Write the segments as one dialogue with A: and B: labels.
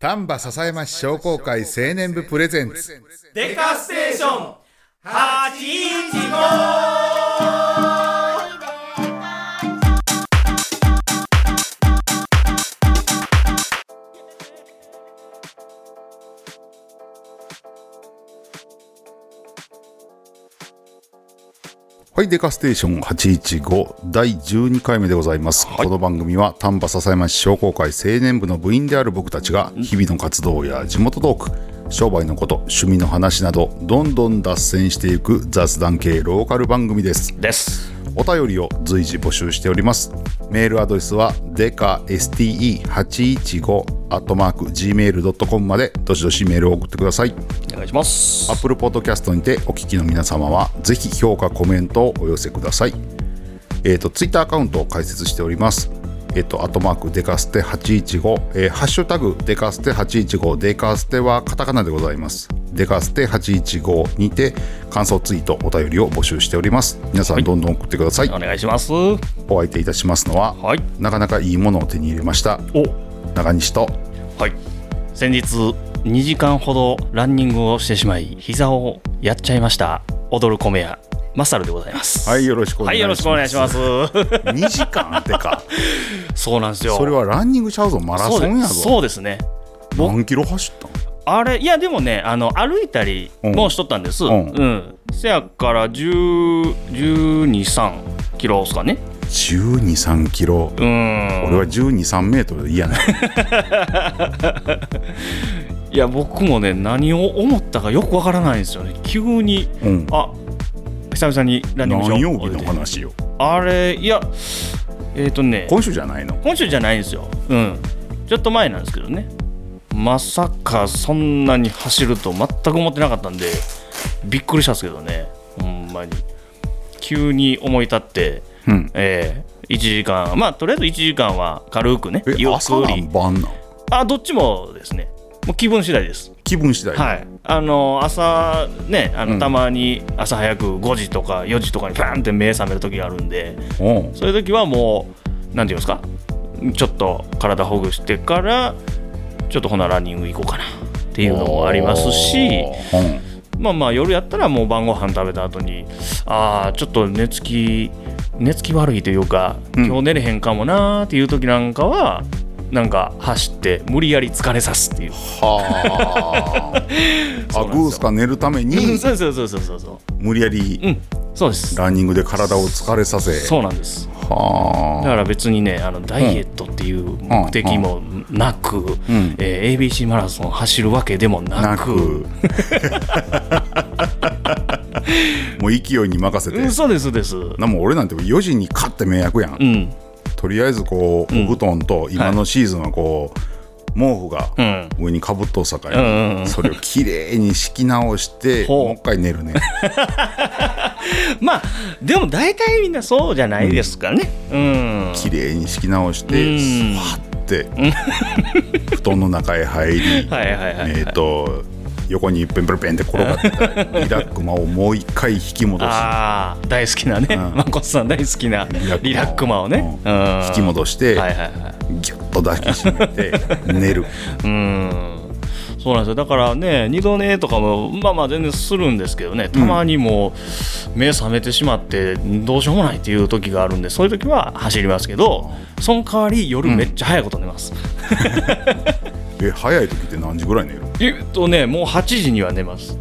A: 丹波篠山市商工会青年部プレゼンツ
B: デカステーション8インチ
A: はいデカステーション815第12回目でございます、この番組は丹波篠山市商工会青年部の部員である僕たちが日々の活動や地元トーク商売のこと趣味の話などどんどん脱線していく雑談系ローカル番組です
B: です
A: お便りを随時募集しております。メールアドレスは dekaste815-gmail.com までどしどしメールを送ってください。
B: お願いしますあ
A: Apple Podcast にてお聞きの皆様はぜひ評価、コメントをお寄せください。えっ、と、Twitter アカウントを開設しております。えっ、と、アットマークデカステ815、えーハッシュタグデカステ815、デカステはカタカナでございます。デカステ815にて感想ツイート、お便りを募集しております。皆さんどんどん送ってください
B: お願いしますは
A: お相手いたしますのは、
B: い
A: なかなかいいものを手に入れました
B: お
A: 中西と
B: はい先日2時間ほどランニングをしてしまい膝をやっちゃいました踊る米屋マサルでございます
A: はいよろしくお
B: は
A: 願い
B: い
A: し
B: よ
A: ま
B: ろ
A: す、
B: しくお願いします
A: 2時間ってか
B: そうなんですよ
A: それはランニングちゃうぞマラ
B: そう
A: ソン
B: で
A: や
B: す
A: ぞ
B: そうですね僕
A: 何キロ走ったん
B: あれいやでもねあの歩いたりもしとったんです、
A: う
B: うんんせやから1 2 3キロですかね
A: 1 2 3キロ
B: うん
A: 俺は1 2 3メートルで嫌な
B: いや僕もね何を思ったかよくわからないんですよね急に
A: うん
B: あ久々にラ ンニングしよう
A: 何曜日の話よ
B: あれいやえっ、とね
A: 今週じゃないの
B: 今週じゃないんですようんちょっと前なんですけどねまさかそんなに走ると全く思ってなかったんでびっくりしたんですけどねほんまに急に思い立って
A: うん
B: えー、1時間まあとりあえず1時間は軽くね
A: え
B: ゆっ
A: 朝
B: く
A: な
B: り
A: ん晩なん
B: あどっちもですねもう気分次第です
A: 気分次第、
B: はい、あの朝ねあの、
A: うん
B: たまに朝早く5時とか4時とかにバーンって目覚める時があるんで
A: うん
B: そういう時はもう何て言うんですかちょっと体ほぐしてからちょっとほなランニング行こうかなっていうのもありますし
A: うん
B: まあまあ夜やったらもう晩ご飯食べた後にああちょっと寝つき寝つき悪いというか
A: うん
B: 今日寝れへんかもなーっていう時なんかは、なんか走って無理やり疲れさすっていう。
A: はああ
B: そうなんですよ
A: グースか寝るため
B: うん
A: に
B: そうそうそうそうそうそ
A: 無理やり
B: う。うん、そうです。
A: ランニングで体を疲れさせ
B: そうなんです
A: は
B: だ
A: あ
B: から別にねあのダイエットっていう目的もなく、
A: ん
B: えー ABC マラソン走るわけでもな
A: な
B: く
A: く もう勢いに任せ
B: うん
A: て
B: そうですそうですう
A: なもう俺なんて4時に勝って迷惑やん、
B: ん
A: とりあえずこう、お布団と今のシーズンはこう、毛布が
B: うん
A: 上にかぶっとうさかい、
B: うんうんうん
A: それをきれいに敷き直して
B: ほう
A: もう一回寝る ね
B: まあでも大体みんなそうじゃないですかねうん、
A: きれいに敷き直して
B: うん
A: スワッ て、布団の中へ入り
B: はいはいはい、
A: えっ、と横にペンペンペンって転がってた らリラックマをもう一回引き戻す
B: ああ大好きなね、
A: うん
B: まこさん大好きなリラックマをね、
A: う
B: うんん、
A: 引き戻して、
B: はいはいはい
A: ギュッと抱きしめ て寝る
B: うんそうなんですよだからね二度寝とかもまあまあ全然するんですけどねたまにもう目覚めてしまってどうしようもないっていう時があるんでそういう時は走りますけどその代わり夜めっちゃ早いこと寝ます、
A: え早い時って何時ぐらい寝る
B: えっとねもう8時には寝ます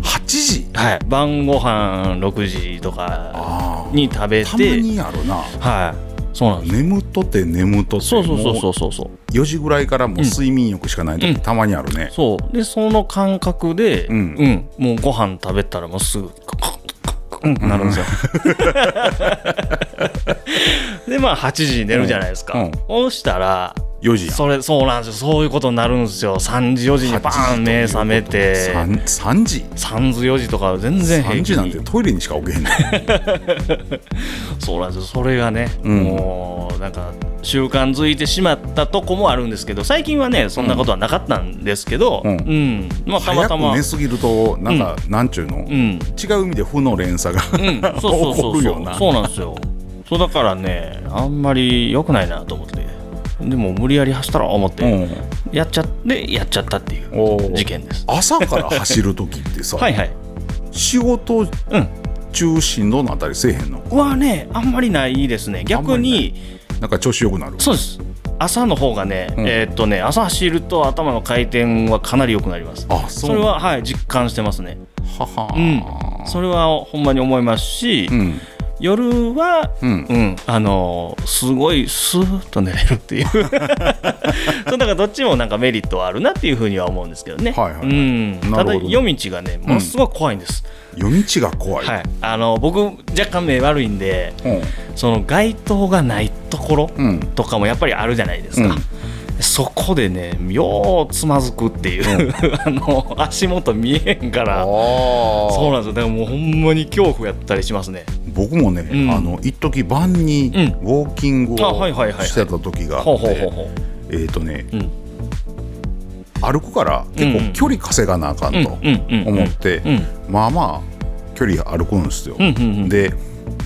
A: 8時
B: はい晩ご飯6時とか
A: ああ
B: に食べ
A: たま
B: て
A: にやろな
B: はいそうなんです
A: 眠っとって眠っとって
B: そうそうそう
A: も
B: そうそうそう
A: 4時ぐらいからもう睡眠欲しかない時、
B: うん
A: たまにあるね、
B: そうでその感覚で、
A: う
B: うんんもうご飯食べたらもうすぐカクカクカクうんなるんです よ。でまあ8時に寝るじゃないですか。
A: うんうん
B: そうしたら
A: 4時やん
B: それそうなんですよそういうことになるんですよ3時4時にバーン目覚めて
A: 3, 3時
B: 3時4時とか全然平
A: 3
B: 気
A: 時なんてトイレにしか置けへんねん
B: そうなんですよそれがね、
A: うん
B: もうなんか習慣づいてしまったとこもあるんですけど最近はねそんなことはなかったんですけど、
A: う
B: うんんまあ、たま
A: 早
B: た
A: く
B: ま。
A: 寝すぎるとなんか、なんちゅうの、
B: うん
A: 違う意味で負の連鎖が、
B: うん、そうそうそ
A: 怒
B: う
A: る
B: そ
A: よな
B: うそうなんですよそうだからねあんまり良くないなと思ってでも無理やり走ったら思っ
A: う
B: て、
A: ん、
B: やっちゃってやっちゃったってい
A: おー
B: う事件です
A: 朝から走る時ってさ、
B: はいはい
A: 仕事
B: うん
A: 中心ののあたりせえへんの
B: はねあんまりないですね逆に
A: なんか調子よくなる
B: そうです朝の方がね、
A: うん
B: えーっとね朝走ると頭の回転はかなり良くなります
A: あそ
B: そうれははい実感してますね
A: はは
B: うんそれはほんまに思いますし、
A: うん
B: 夜は
A: うん
B: うん、あのーすごいスーッと寝れるっ ていうそうだからどっちもなんかメリットはあるなっていうふうには思うんですけどね、
A: はいはいはい
B: う
A: な
B: ん、た
A: る
B: だ
A: ほど
B: 夜道がねものすごい怖いんです、
A: 夜道が怖い、
B: はい、あの僕若干目悪いんでその街灯がないところ
A: うんうん
B: とかもやっぱりあるじゃないですか、そこでねようつまずくっていう、 あの足元見えへんか
A: あー
B: らそうなんですよだからもうほんまに恐怖やったりしますね
A: 僕もね、
B: うん
A: あの一時晩にウ
B: うん
A: ォーキングを
B: あはいはいはいはい
A: してた時があ
B: ほう
A: っ
B: ほうほう
A: て
B: ほう
A: えっとね
B: うん
A: 歩くから結構距離稼がなあかん
B: うんう
A: と
B: んうんうん
A: 思って
B: うん
A: まあまあ距離歩くんですよ
B: うんうんうん
A: で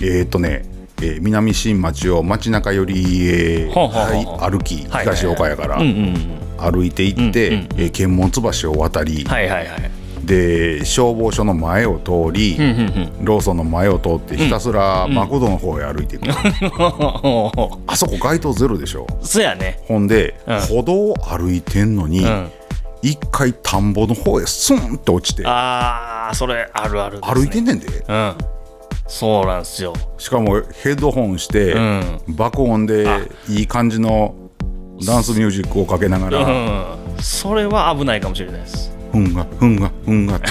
A: えっとねえー南新町を街中寄りへ
B: ほうほうほうほう
A: はい歩き
B: はいはいはい
A: 東岡谷から
B: うんうんうん
A: 歩いて行って
B: うんうん
A: えー検問橋を渡り
B: はいはいはい。
A: で消防署の前を通り
B: うんうんうん。
A: ローソンの前を通ってひたすらマクドの方へ歩いていくあそこ街灯ゼロでしょ
B: そうやね。
A: ほんで、
B: うん
A: 歩道を歩いてんのに、
B: うん。
A: 一回田んぼの方へスンって落ちて
B: ああ、それあるあるですね。
A: 歩いてんねんで
B: うん。そうなんですよ。
A: しかもヘッドホンして、
B: うん。
A: 爆音でいい感じのダンスミュージックをかけなが
B: う
A: ら、
B: ん。それは危ないかもしれないです。
A: ふんがふんがふんがって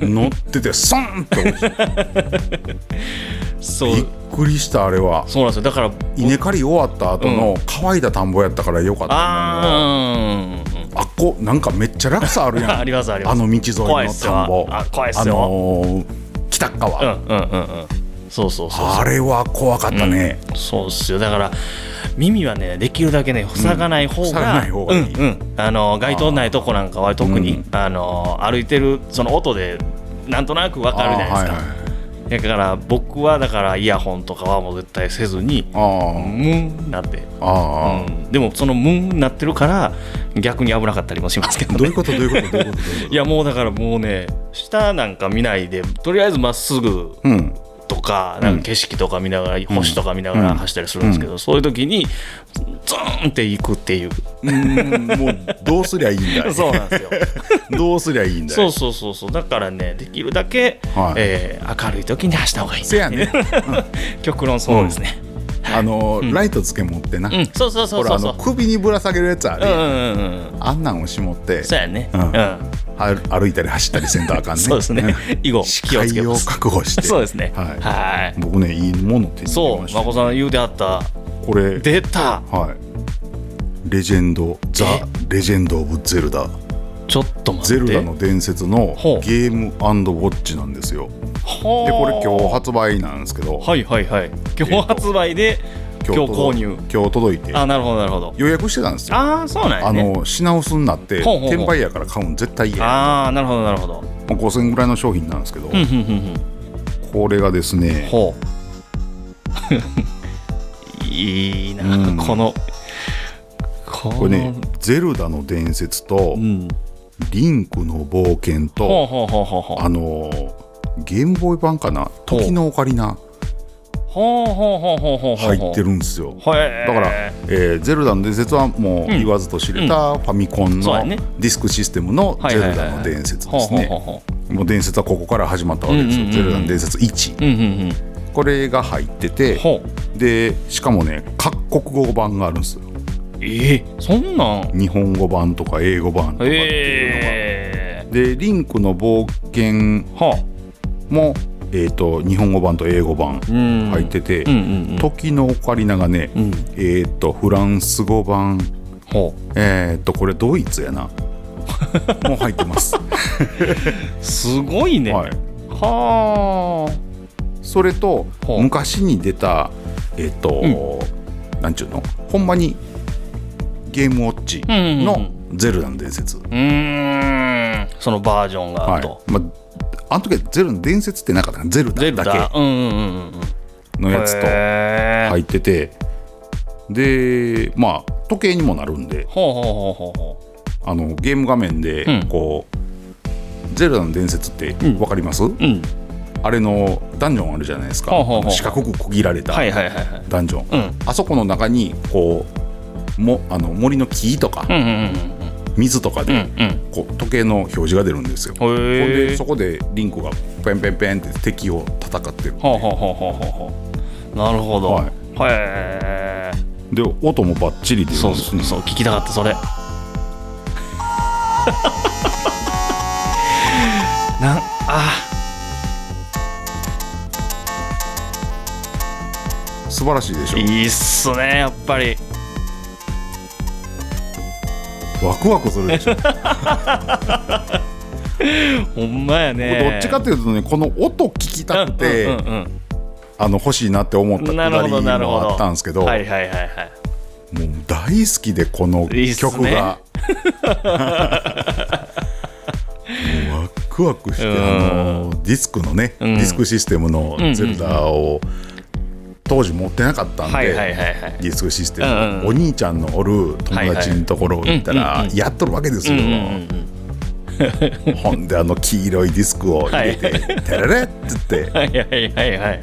A: 乗っててスンって落ちて
B: そ
A: びっ
B: う。
A: くりしたあれは
B: そうなんですよ。だから。
A: 稲刈り終わった後の乾いた田んぼやったからよかったのよ
B: ああ。
A: あっこなんかめっちゃ落差あるやん
B: ありますあります
A: あの道沿い
B: 怖いっ
A: の
B: すよ
A: 田んぼ
B: あ怖いっす
A: あ
B: よ
A: のー北川、
B: うんうんうんうん。そうそうそうそ
A: あれは怖かったね、
B: う。そうっすよ。だから。耳はね、できるだけね、塞がない方
A: 塞が
B: が。
A: ない方がいい
B: うんうん。あの、街灯ないとこなんかは特
A: う
B: に
A: ん、
B: あの、歩いてる、その音で。なんとなくわかるじゃないですか。だから僕はだからイヤホンとかはもう絶対せずに
A: あはい
B: ム
A: はい
B: ーンなって、
A: あーあー、
B: うんでもそのムーンなってるから逆に危なかったりもしますけど
A: どう
B: ね
A: いうことどういうことどういうことどういうこと
B: いやもうだからもうね下なんか見ないでとりあえずまっすぐ
A: うん
B: とかなんか景色とか見ながら、星とか見ながら走ったりするんですけど、そういう時にズーンって行くっていう、
A: うーんもうどうすりゃいいんだい
B: そうなんですよ
A: どうすりゃいいんだい
B: そうそうそうそうだからねできるだけ、
A: はい
B: えー明るい時に走った方がいい
A: せやね
B: 極論そうですね、
A: あのーライトつけ持ってな、
B: うんそうそうそ
A: ほ
B: う
A: ら
B: そ
A: あ
B: うそ
A: の
B: う
A: 首にぶら下げるやつある
B: う
A: やん、
B: んうんうんうん
A: あんなんをしもって
B: そうやね。
A: う
B: うんん。
A: は歩いたり走ったりせんとあかんね
B: そうです ね。以後、
A: 視
B: 気をつけ
A: 界を
B: ます。
A: 確保して
B: そうですね。
A: はい
B: は
A: 僕ねいいもの手
B: い。
A: に入
B: そ
A: れ
B: う、
A: ま
B: ま
A: した
B: こさん言うてはった。
A: これ
B: 出た。
A: はいレジェンドザ・レジェンド・オブ・ゼルダ
B: ちょっと待
A: ゼ
B: って。
A: ルダの伝説の
B: ほう
A: ゲームウォッチなんですよ。
B: ほー。
A: でこれ今日発売なんですけど、
B: はいはいはい。今日発売で、今日
A: 届
B: 購入。
A: 今日届いて
B: あ、なるほどなるほど。
A: 予約してたんですよ。
B: ああ、そうなんや
A: あ
B: ね。
A: の品薄になって
B: ほうほうほう
A: 転売やから買うん絶対嫌や
B: ああ、なるほどなるほど。
A: もう5000円ぐらいの商品なんですけど、
B: うんうんうん
A: これがです
B: うん。
A: ね
B: ほう。 いいな
A: うん、
B: この。こ
A: こ
B: の
A: れね「ゼルダの伝説」と
B: うん。
A: 「リンクの冒険
B: ほう
A: と」
B: ほうほうほうほう。
A: あのゲームボーイ版かな「時のオカリナ
B: ほうほうほうほうほう」ほう。
A: 入ってるんですよ。
B: へー。
A: だから、えーゼルダの伝説はもう言わずと知れたファミコン
B: そう
A: の
B: やね
A: ディスクシステムの
B: はい
A: ゼ
B: はいは
A: ル
B: い
A: ダの伝説
B: ほ
A: で
B: う
A: す
B: ほうほう
A: ね。
B: ほ
A: もう伝説はここから始まったわけです
B: う
A: よ。
B: んうんうん
A: ゼ
B: うん
A: ルダの伝説1。
B: う。うんうん
A: これが入って
B: うん。
A: て、
B: ほう。
A: で、しかもね、各国語版があるんですよ。
B: ええそんなん。
A: 日本語版とか英語版とかっていうのが。
B: ええ
A: で、リンクの冒険
B: はあ。
A: も、えっ、と、日本語版と英語版
B: うん。
A: 入っ。てて、
B: うんうん
A: 時のオカリナがね、
B: うん。うん。
A: えっ、と、フランス語版、
B: ほ
A: えっ、と、これドイツ やな。もう入ってます。
B: う。すご いね。
A: はい、
B: は
A: それと
B: ほう
A: 昔に出たえっ、と、なんちゅうのほんまにゲームウォッチ
B: あ。うんうんうん。
A: の「ゼルダの伝説」
B: うーん。そのバージョンがあ
A: は
B: ると。
A: いまあ、あの時は「ゼルダの伝説」ってなかったなゼル
B: ゼル
A: ダ
B: ダ
A: だ
B: うんうんうんうん。
A: けのやつと
B: へー
A: 入っててでまあ時計にもなるんで
B: ほうほうほうほうほ
A: あのゲーム画面で
B: うん
A: こう、ゼルダの伝説って
B: ん
A: わかります、
B: ううん
A: あれのダンジョンあるじゃないですか、
B: ほうほうほう
A: 四角く区切られた
B: はいはいはいはい
A: ダンジョン、
B: うん
A: あそこの中にこうもあの森の木とか
B: うんうんうん
A: 水とか
B: うん
A: で
B: うん
A: こう時計の表示が出るんですよ、
B: うん
A: ほん
B: へ
A: で
B: え
A: そこでリンクがペンペンペンって敵を戦ってる
B: ほうほうほうほうほうほうなるほど
A: はい
B: へえ
A: で音もバッチリ出るん
B: そう
A: です
B: そうそう聞きたかったそれ なんあ
A: 素晴らしいでし
B: いいっすねやっぱり
A: ょワクワクする でしょ、
B: ほんまやね
A: どっちかっていうとねこの音聞きたくて、
B: うんうんうん
A: あの欲しいなって思った
B: う
A: く
B: んなる
A: だ
B: ほ
A: り
B: ど
A: も
B: なるほど
A: あったんですけど
B: はいはいはいは
A: も
B: い
A: う大好きでこの
B: いいっすね
A: 曲 がもうワクワクして、
B: うん
A: あのディスクのね、
B: うん
A: ディスクシステムの
B: んうん
A: ゼルダを当時持ってなかったんで、
B: はいはいはいはい
A: ディスクシステム、
B: うんうん
A: お兄ちゃんのおる友達のところ行ったら、
B: はいはいうんうんうん
A: やっとるわけです
B: う
A: よ、
B: んうんうん
A: ほんであの黄色いディスクを入れて「テレレ」っつって
B: はいはいはいはい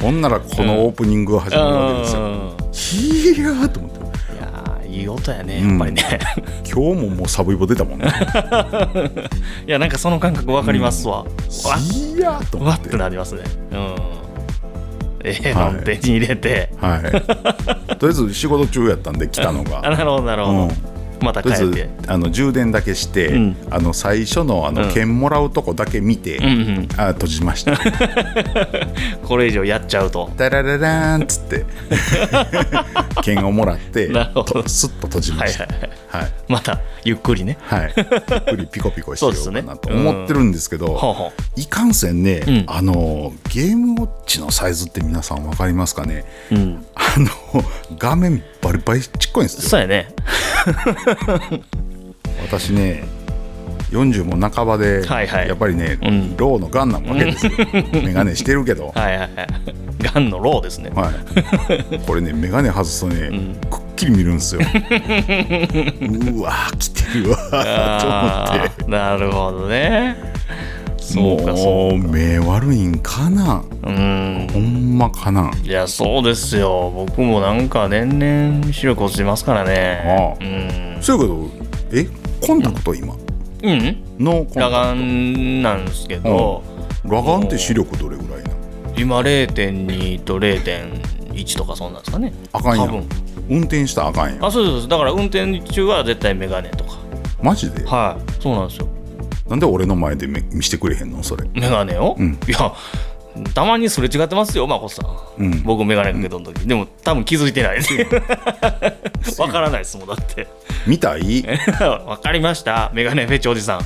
A: ほんならこのオープニングが始まるわけですよ。
B: う
A: ひーやーと思って
B: んいやーいい音やねやっぱりね、
A: 今日ももうサブイボ出たもんね。
B: いやなんかその感覚わかりますわ、わ
A: いやーと
B: わ
A: 思っ
B: ってて。なりますねうんええ
A: はい
B: の手に入れて
A: はい。とりあえず仕事中やったんで来たの
B: あ
A: が。
B: なるほどなるほど、
A: うん
B: また
A: と
B: 帰
A: りあえ
B: って
A: ずあの充電だけして、
B: うん
A: あの最初のあ
B: う
A: の
B: ん
A: 券もらうとこだけ見て、
B: うんうん
A: あ閉じました。
B: これ以上やっちゃうと
A: ダラララーンっつって 券をもらって、
B: なるほど
A: とスッと閉じま
B: はい
A: し
B: はい
A: た。
B: はい
A: はい。
B: またゆっくりね
A: はい。 ゆっくりピコピコしてようかなと
B: そうですねうん
A: 思ってるんですけど、
B: ほうほう
A: いかんせんね、
B: うん
A: あのゲームウォッチのサイズって皆さんわかりますかね。
B: うん、
A: あの画面バリバリちっこいんですよ
B: そうやね
A: 私ね40も半ばで、
B: はいはい
A: やっぱりね、
B: うん
A: ローのガンなわけですよ眼鏡してるけ ど、
B: はいはいはいガンのローですね、
A: はい、これね眼鏡外すとね、くっきり見るんですようわー来てるわーと思
B: あ
A: って
B: ーなるほどねそうかそ
A: もう目悪いんかな
B: ううん
A: ほんまかない
B: やそうですよ僕もなんか年々視力落ちてますからね
A: あそういうことえコンタクト今
B: うん、うん、
A: のコンタクト
B: 裸眼なんですけど、
A: 裸眼って視力どれぐらいなの
B: 今0.2と0.1とかそんなんですかね
A: あかんや
B: 多分
A: ん運転したらあかんやん
B: あそうですそうですだから運転中は絶対メガネとか
A: マジで
B: はいそうなんですよ
A: なんで俺の前でめ見してくれへんのそれ
B: メガネを、
A: うん
B: いやたまにすれ違ってますよまこさん、
A: うん
B: 僕メガネかけとん時、でも多分気づい てないですわからないですもんだって
A: 見たい
B: わかりました。メガネフェチおじ さ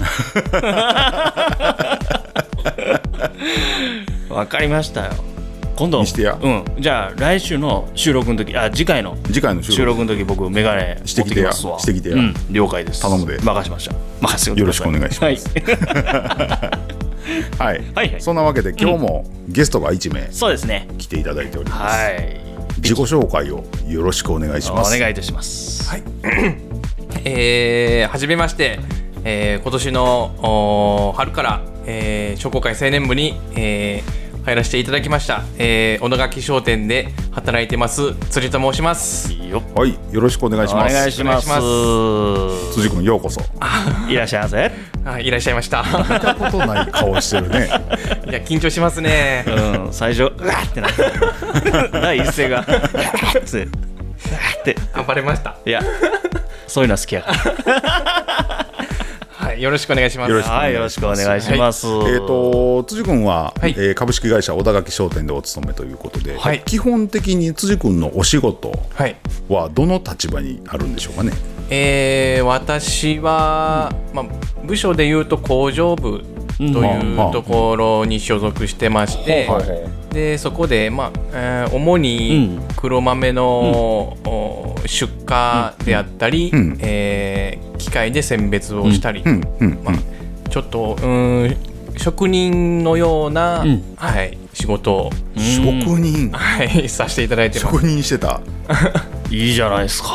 B: ん。わかりましたよ。今度
A: 見してや
B: うん。じゃあ来週の収録の時、あ次回の
A: 次回の収
B: 収
A: 録
B: 録の時僕メガネ持
A: して
B: っ
A: き
B: て
A: て
B: き
A: や
B: ますわ。
A: してきてや
B: うん。了解です。
A: 頼むで
B: 任しました。任せてください
A: よろしくお願いします
B: はい。
A: はい、
B: はいはい
A: そんなわけで今日もゲストが1名
B: そうですね。
A: 来ていただいております、
B: はい。
A: 自己紹介をよろしくお願いし
B: お
A: ます
B: 願いいたします。
C: はい。えー、はじめまして、えー、今年のおー春から、えー、商工会青年部に、えー、入らせていただきました、えー、小野垣商店で働いてます釣りと申します
B: よっ
A: はいよろしくお願い
B: お
A: します
B: 願いし
C: ま
B: ますす。
A: 辻君ようこそ
B: いらっしゃいませ。
C: はいいらっしゃいました
A: 見たことない顔してるね
C: いや緊張しますね
B: うん、最初、うわーってなって、 第一声が、うわーって、うわーって、
C: あバレました
B: いや、そういうのは好きやから。
C: はいよろしくお願いします
A: よろしく
B: はい、よろしくお願いしま す。
A: えっ、と辻君は、
C: はい
A: えー株式会社小田垣商店でお勤めということで、
C: はい
A: 基本的に辻君のお仕事
C: はい
A: はどの立場にあるんでしょうかね
C: えー、私は、まあ、部署でいうと工場部というところに所属してまして、
B: はい
C: でそこで、まあえー主に黒豆の、お出荷であったり、
A: うん
C: えー機械で選別をしたり、
A: うんうんうん、
C: ちょっとうーん職人のような、
B: ん
C: はい、仕事を、
A: 職人
C: はい、させていただいてます。
A: 職人してた
B: いいじゃないですか。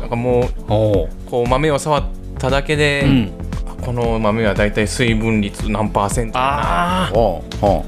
C: なんかも
B: おう
C: うこう豆を触っただけで、
B: ん
C: この豆はだいたい水分率何パーセント
B: あ
A: はあは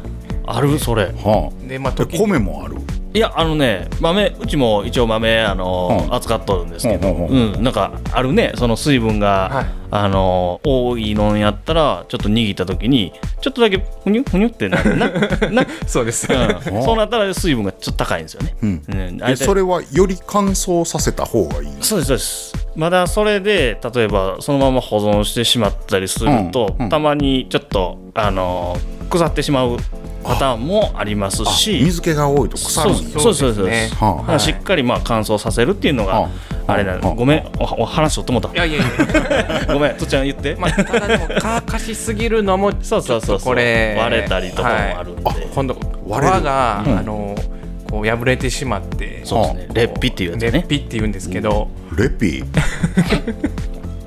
B: あ、あるそれ。
A: あはあ
C: でまあ
A: で
C: 時に
A: 米もある
B: いやあのね豆うちも一応豆あの、
A: うん
B: 扱っとるんですけど、
A: うんうん
B: うん、なんかあるねその水分が、
C: はい
B: あの多いのやったらちょっと握った時にちょっとだけふにゅふにゅってな るなな、
C: そうです、
B: うんそうなったら水分がちょっと高いんですよね。
A: うん
B: うん
A: え
B: 大体
A: それはより乾燥させた方がいい
B: そうですそうですまだそれで例えばそのまま保存してしまったりすると、
A: うんうん
B: たまにちょっとあの腐ってしまうパターンもあります
A: あ
B: し
A: 水気が多いと腐るん
B: そう
A: や
B: ですそうですそうです
C: そうですね
A: はあ
B: まあしっかりまあ乾燥させるっていうの
A: は
B: が
A: あ
B: あれな
A: はあ
B: のごめんおお話しとってもうた
C: いやいやいや
B: ごめんとっちゃん言って、
C: まあ、ただでも乾かしすぎるのも
B: そうそう
C: ち
B: そう
C: ょっと
B: そう
C: これ
B: 割れたりとかもあるんで、
A: はい
C: 今度
A: 割れる
C: 泡が、
A: うん
C: あのこう破れてしまって
B: そうですね
C: こ
B: レッピっていうやつね
C: レッピっていうんですけど、
A: レピ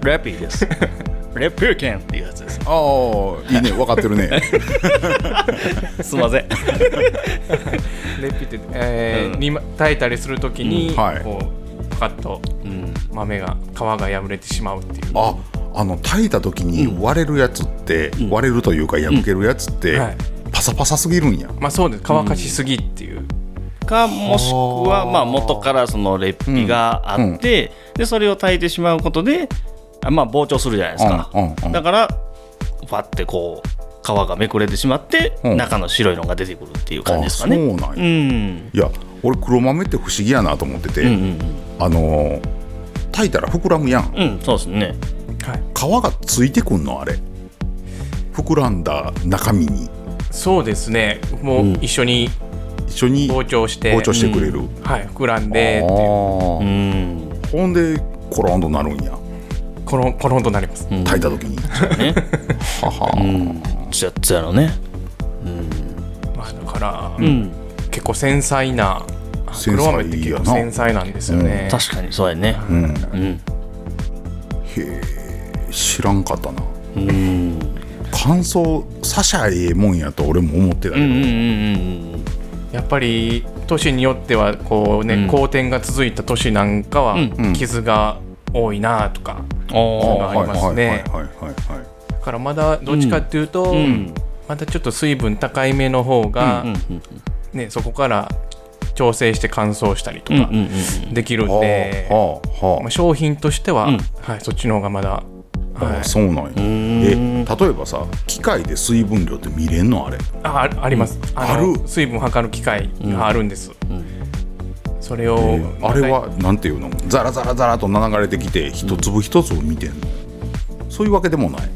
B: レピーです レピューケンっていうやつです
A: ああいいね分かってる ね
B: すいません
C: レッピって、えー
B: うん
C: にま炊いたりするときに、
A: うんはい
C: こうパカッと
B: うん
C: 豆が皮が破れてしまうっていう
A: ああの炊いた時に割れるやつって、割れるというか破けるやつって、
C: うんはい
A: パサパサすぎるんや
C: まあそうです乾かしすぎっていう、
B: かもしくはまあ元からそのレッピがあって、でそれを炊いてしまうことであまあ膨張するじゃないですか、
A: うんうんうん
B: だからファってこう皮がめくれてしまって、
A: うん
B: 中の白いのが出てくるっていう感じですかね
A: あそうなんや、
B: うん
A: いや俺黒豆って不思議やなと思ってて、
B: うんうん
A: あのー炊いたら膨らむやん皮
B: うんうんそうですね
C: はい、
A: がついてくんのあれ膨らんだ中身に
C: そうですねもう一緒に
A: 一緒に
C: 膨
A: 膨
C: 張して、
A: 張してくれる、
C: はい、膨らん
A: あ
C: でっていう
A: ー
B: うん
A: ほんでコロンとなるんや
C: コロンコロンとなります、
B: うん
A: 炊いた時に、
B: ね
A: はは
B: ちゃっちゃのね
C: まあ、だから、
B: うん
C: 結構繊細な
A: 繊細やな
C: 黒豆って結構繊細なんですよね、
B: 確かにそうやね
A: うん、
B: うん
A: へえ知らんかったな
B: うん
A: 乾燥さしゃええもんやと俺も思ってたけ
B: うんう
A: ど、
B: んうん
C: やっぱり年によってはこうね、
B: うん
C: 好転が続いた年なんかは
B: うん
A: うん
C: 傷が多いなとか、
B: うんお
C: ありますね
A: はいはいはいはい
C: だからまだどっちかっていうと、
B: うん
C: またちょっと水分高いめの方が、
B: うんうん
C: ね、そこから調整して乾燥したりと
B: うんうん
C: か
B: うん
C: できるん
A: は
C: で、
A: あはあはあ
C: まあ、商品としては、
B: うん
C: はい、そっちの方がまだ、は
A: あ
C: い
A: あ、そうなんや
B: ん
A: え例えばさ機械で水分量って見れんのあれ
C: あああります、あの
A: ある
C: 水分測る機械があるんです、それを、
A: あれはなんていうのザラザラザラと流れてきて一粒一粒見てんの、そういうわけでもない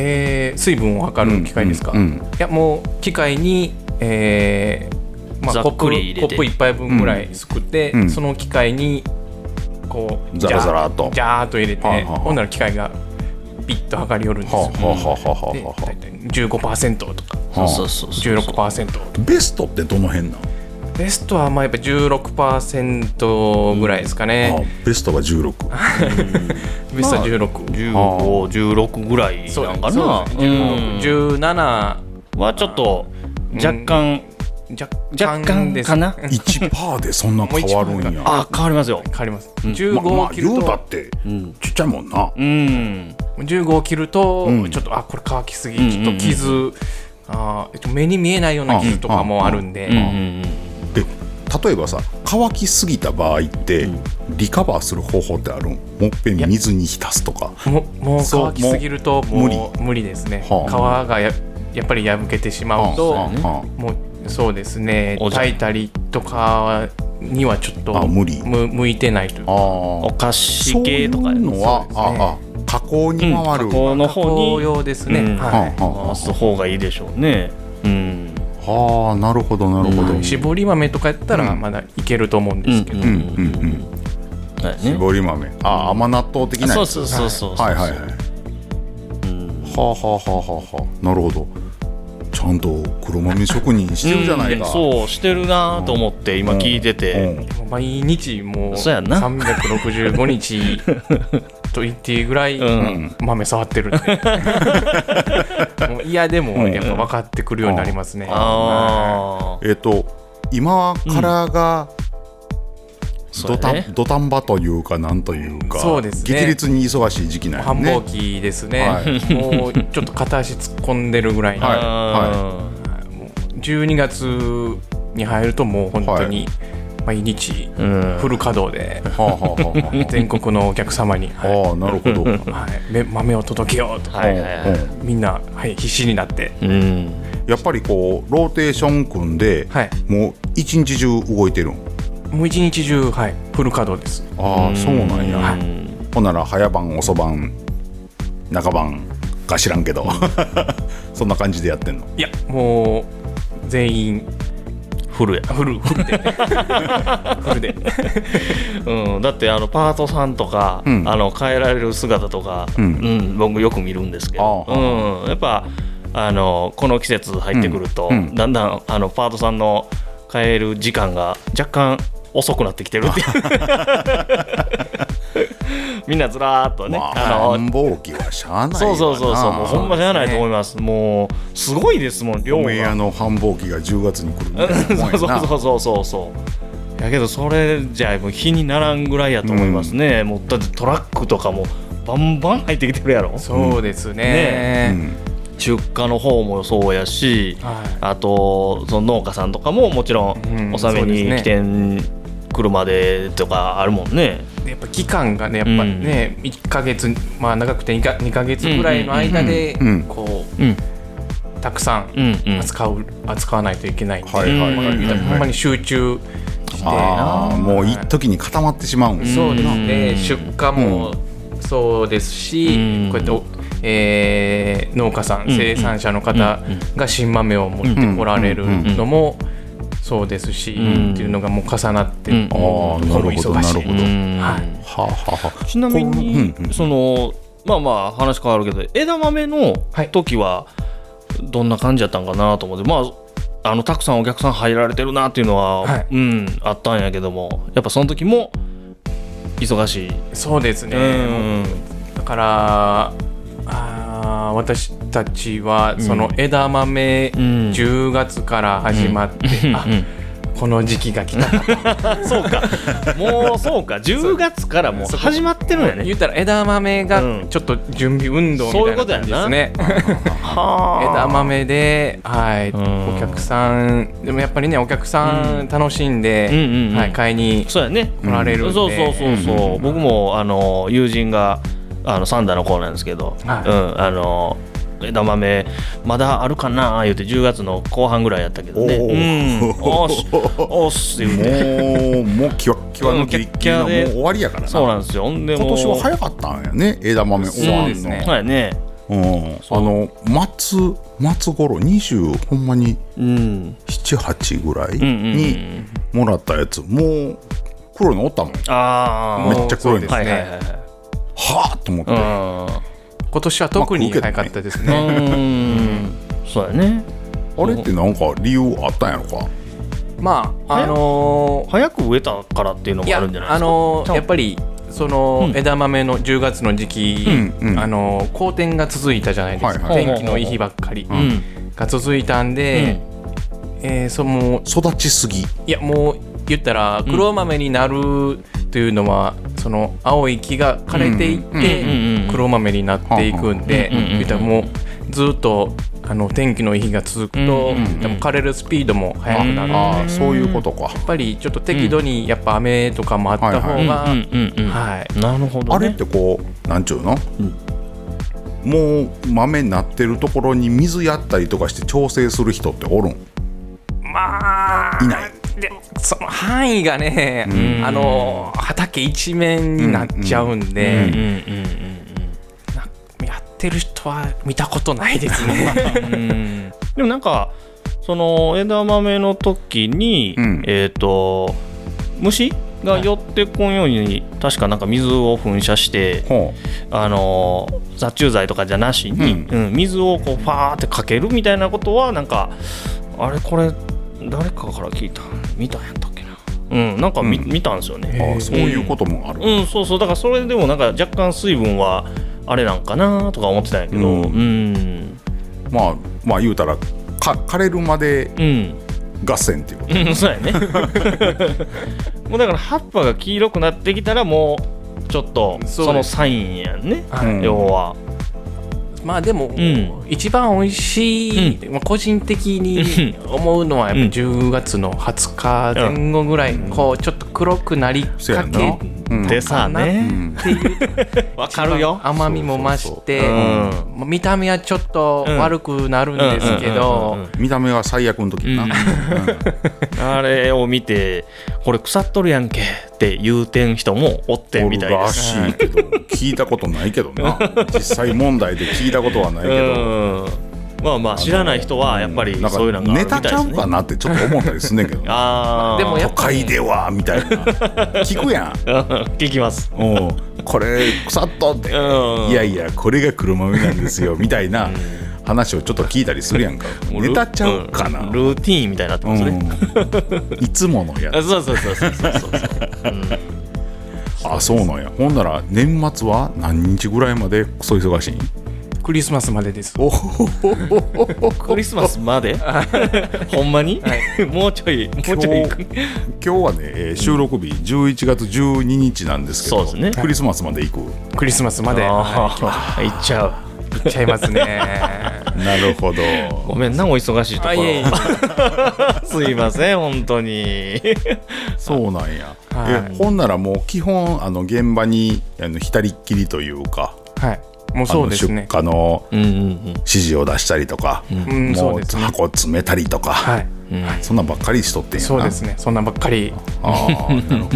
C: えー水分を測る機械ですか、
A: うんうん
C: いやもう機械に、えーまあ、
B: ざ
C: コ
B: っ
C: ップコ
B: くり入れ
C: ッ
B: て
C: プ1杯分ぐらいすくって、
A: うん
C: その機械にこう
A: ザラザラっと
C: ジャージャーっと入れて、
A: はいはいはい
C: ほんなら機械がピッと測り寄るんですよ、
A: はあ、はあはあはあ
C: で
A: はあは
C: 大体15%とか
B: そうそうそうそう
C: 16%とか
A: あベストってどの辺なん、
C: ベストはまあやっぱ16%ぐらいです
A: あ
C: か
A: あ
C: ね、
A: ベストは16
C: ベストは16、
B: 1516ぐらい
C: そう
B: なんか
C: そう
B: な
C: です
B: うん
C: 17
B: はちょっと若干
C: 若
B: 若
C: 干で
B: 干
C: す
B: かな
A: 1パーでそんな変わるんや
B: あ変わりますよ
C: 変わります、
A: まま
C: 15
A: あ
C: を切る
A: 言
C: と、
A: うたってちっちゃいもんな、
B: うん
C: 15を切ると、
A: うん
C: ちょっとあこれ乾きすぎ、
B: うんうん
C: ちょっと傷、あー目に見えないような傷とかもあるんで、
B: うんうん
A: え例えばさ乾きすぎた場合って、リカバーする方法ってあるんもっぺん水に浸すとか
C: ももう
A: そう
C: 乾きすぎると
A: もう
C: もう無理ですね、
A: はあ
C: 皮がややっぱり破けてしまうと、
A: ああ
C: もうそうですね
B: おじゃ
C: 炊いたりとかにはちょっと
A: あ無理
C: む向いてないという
A: あ
C: か
B: お
A: あ
B: 菓
A: そ
B: 子
A: うい
B: 系
A: う
B: とか
A: のは、ああ加工に回る、
B: 加工の方
C: 紅
B: に
C: 葉ですね、
B: うん
C: は
A: は
C: い
A: あはあ
B: 回す方がいいでしょうね。うん。
A: はあなるほどなるほど、
B: うん
C: 絞り豆とかやったらまだいけると思うんですけど、
B: うん
A: うんうんうん
B: だよね。
A: 絞り豆ああ甘納豆的なやつ
B: そうそうそうそう。
A: はいはいはいは
B: うん。
A: あはあはあはあはあなるほどちゃんと黒豆職人してるじゃないか、
B: うんそうしてるなと思って今聞いて
A: うん
B: て。
C: もう毎日もう
B: そうやんな
C: 365日と言っていいぐらい
B: うん
C: 豆触ってるんでもう嫌でもやっぱ分かってくるようになりますね、
B: ああ。
A: えっ、と今からが、
B: そう
A: 土
B: や
A: 壇
B: ね
A: 土壇場というかなんというか
C: そうですね
A: 激烈に忙しい時期なんや
C: 繁
A: ね
C: 忙期ですね、
A: はい
C: もうちょっと片足突っ込んでるぐらいの、
A: はい
B: あ
C: もう12月に入るともう本当に毎日
B: ーうん
C: フル稼働で
A: はあはあは あはあ
C: 全国のお客様に、はい
A: ああなるほど。
C: はいめ豆を届けようと、
B: はいはいはい
C: みんな、はい、必死になって、
B: うん
A: やっぱりこうローテーション組んで、
C: はい、
A: もう一日中動いてるん。
C: もう一日中、はい、フル稼働です
A: ああそうなんや。
C: はい
A: ほんなら早晩遅晩中晩か知らんけど そんな感じでやってんの。
C: いやもう全員
B: フルや、
C: フルフルでフルで
B: うん、だってあのパートさんとか、
A: うん
B: あの変えられる姿とか、
A: う
B: うんん僕よく見るんですけど、
A: ああ
B: うん、やっぱあのこの季節入ってくると、
A: うんうん
B: だんだんあのパートさんの変える時間が若干遅くなってきてる っていうみんなずらーっとね、
A: まあ
B: あ
A: 繁
B: の
A: 忙期はしゃあないわ
B: そう
A: な。
B: そうそうそうもうほんまじゃないと思いますもうすごいですもん量
A: おめえ
B: が
A: 屋。の繁忙期が10月に来るみたいなもん
B: そう
A: やな。
B: そうそうそうそうやけどそれじゃもう日にならんぐらいやと思いますね、もうだってトラックとかもバンバン入ってきてるやろ
C: そうですね,、
A: うん
B: 出荷の方もそうやし
C: はい
B: あとその農家さんとかももちろ
C: うん
B: ん納めに
C: そう
B: 来てん車でとかあるもんね
C: でやっぱ期間がねやっぱね、一1か月まあ長くて2か二ヶ月ぐらいの間で
A: うんうんうんうん
C: こう
B: うん
C: たくさ
B: うんんうん
C: 扱う扱わないといけないんで、
A: はいはいはいはい
C: ほんまに集中して
A: ああもう一時に固まってしまうんです
C: そうですね、
B: うん
C: 出荷もそうですし、
B: うん
C: こうやってお、えー農家さん、
B: うん
C: 生産者の方が新豆を持ってこられるのもそうですし、
B: うん
C: っていうのがもう重なって、
B: うん
A: ああなるほど
C: 忙
A: な
C: しい
A: るほど。
B: うん
C: はい
A: はあはあはあ。
B: ちなみ
A: こ
B: に、
A: ううんうん
B: そのまあまあ話変わるけど枝豆の時はどんな感じやったんかなと思って、まああのたくさんお客さん入られてるなっていうのは、
C: はい
B: うんあったんやけどもやっぱその時も忙しい、
C: そうですね、
B: うん
C: だからあー私たちはその枝豆、
B: ん
C: 10月から始まって、あこの時期が来たかと
B: そうかもうそうか10月からもう始まってるんや
C: 言
B: ね
C: ったら枝豆
B: う
C: が
B: ん
C: ちょっと準備運動みたいな感じですね。枝
B: は
C: 豆で、はい、
B: ん
C: お客さんでもやっぱりねお客さん楽しんで、
B: うんうんうん
C: はい、買いに
B: そうやね
C: 来られるんで、
B: そうそうそうそう、
A: うん
B: 僕もあの友人があのサンダーの子なんですけど、
C: はい
B: うん、あの枝豆まだあるかな言うて10月の後半ぐらいやったけどね
A: お
B: 「うん
A: ー、
B: おっすおっす」言う
A: も
B: て
A: うもうキワッキワのキリッキリの
B: うん
A: も
B: キャッキャ
A: う
B: で
A: 終わりやからな。
B: そうなんですよほんでも
A: 今
B: う
A: 年は早かったんやね枝豆終わ
C: そうんです
A: の。
C: ね
B: はいね
A: うん、
B: そう
A: あの末末頃20ほんまに
B: うん
A: 78ぐらい
B: うんうん
A: にもらったやつもう黒いのおったもんは
B: ああ
A: めっちゃ
C: そ
A: 黒
C: う
A: い
C: で
A: の
C: す
B: はい
C: ね、
B: はいはいはい
A: あと思って、
C: 今年は特に
A: まあ食うけ
C: 早
A: どね
C: かったです
B: う
C: ね。
B: んうんそうやね
A: あれってなんか理由あったんやろか
C: まああのー
B: 早く植えたからっていうの
C: い
B: もあ
C: や
B: るんじゃない
C: あ
B: ですか
C: の
B: ちゃ
C: ー
B: う
C: やっぱりその
B: うん
C: 枝豆の10月の時期、
A: うんうん
C: あのー好天が続いたじゃないですか、
A: はいはい
C: 天気のいい日ばっかり
B: うん
C: が続いたんで、えーその
A: 育ちすぎ
C: いやもう言ったら黒豆になるというのは、その青い木が枯れていっ
B: うんうんうんう
C: て
B: ん
C: 黒豆になっていくんで、
B: うんうんうんうん
C: 言ったらもうずっとあの天気のいい日が続くと、
B: うんうんうん
C: でも枯れるスピードも速くなる、
B: うん
C: や
A: ああそういうことか
C: っぱりちょっと適度にやっぱ雨とかもあった方が、
A: うん
B: うんうんうんうん
C: はい
B: なるほどね
A: あれってこうなんちゅうの、
B: うん
A: もう豆になってるところに水やったりとかして調整する人っておるん
C: まあ
A: いない
C: でその範囲がね、
B: ん
C: あの畑一面になっちゃうんで。
B: うんうん
C: やってる人は見たことないですね。
B: うんでもなんかその枝豆の時に、
A: うん
B: えっ、と虫が寄ってこんように確かなんか水を噴射して、
A: ほ
B: あのー殺虫剤とかじゃなしに、
A: う
B: うん水をこうファーってかけるみたいなことはなんかあれこれ誰かから聞いた見たんやったっけなうんなんか見,、
A: うん
B: 見たんですよ
A: う
B: ね
A: ああそういうこともある、
B: うんそうそうだからそれでもなんか若干水分はあれなんかなとか思ってたんやけど
A: うん
B: うん
A: まあまあ言うたらか枯れるまで
B: うん
A: 合戦っていうこと
B: うん、そうやね。 もうだから葉っぱが黄色くなってきたらもうちょっと
C: そう
B: そのサインやんね、
C: はい
A: うん
B: 要は
C: まあでも、
B: ん
C: 一番美味しい、まあ個人的に思うのはやっぱ
B: うん
C: 10月の20日前後ぐらい、こうちょっと黒くなり
A: そうや
C: か
A: ん
C: け
A: な
C: っ
A: うん
B: でさ
A: う
B: ね
A: ん
C: ていう
B: わかるよ
C: 甘みも増して
B: そうそうそう
C: まあ見た目はちょっと悪くなるんですけ
B: うんうんうんう
C: ど
B: ん
A: 見た目が最悪の時やな、
B: あれを見てこれ腐っとるやんけって言うてん人もおって
A: お
B: んみ
A: る
B: たいで
A: ら
B: す
A: しいけど聞いたことないけどな実際問題で聞いたことはないけど。
B: うんまあまあ知らない人はやっぱり
A: なんか
B: そういうのがある
A: ネ
B: み
A: タ
B: たいで
A: ちゃ
B: す
A: う
B: ね
A: かなってちょっと思ったりすんねんけどな
B: あー
C: でもや
A: 都
C: っぱり
A: 会ではみたいな聞くやん
B: 聞きます
A: おうこれ腐っとって、
B: うん
A: いやいやこれが黒豆なんですよみたいな話をちょっと聞いたりするやんか
B: もうル
A: ネタちゃうかな、
B: んルーティーンみたいになってますね、
A: うん いつものや
B: あそうそうそうそうそうそう
A: あそうなんやほんなら年末は何日ぐらいまでクソ忙しいん
C: クリスマスまでです
A: お
B: クリスマスまでほんまに、 もうちょいもうちょい行く
A: 今日はね、えー収録日11月12日なんですけど、
B: そうですね
A: クリスマスまで行
C: クリスマスまでは
B: あー行っちゃう
C: い行っちゃいますね
A: くなるほど
B: ごめんなお忙しいと こ
C: あ
B: ろ
C: いえいえ
B: すいません本当に
A: そうなんや、
C: はい
A: えほんならもう基本あの現場にあの左っきりというか
C: はい
A: あ
C: もう
A: の
C: そうですね
A: 出荷の
B: うんうん
A: 指示を出したりとか、
C: うんそ
A: も
C: う
A: う
C: ですね
A: 箱詰めたりとか、
C: はい
B: うんうん
A: そんなんばっかりしとってんやな
C: そうですねそんなんばっかり
A: あーなるほ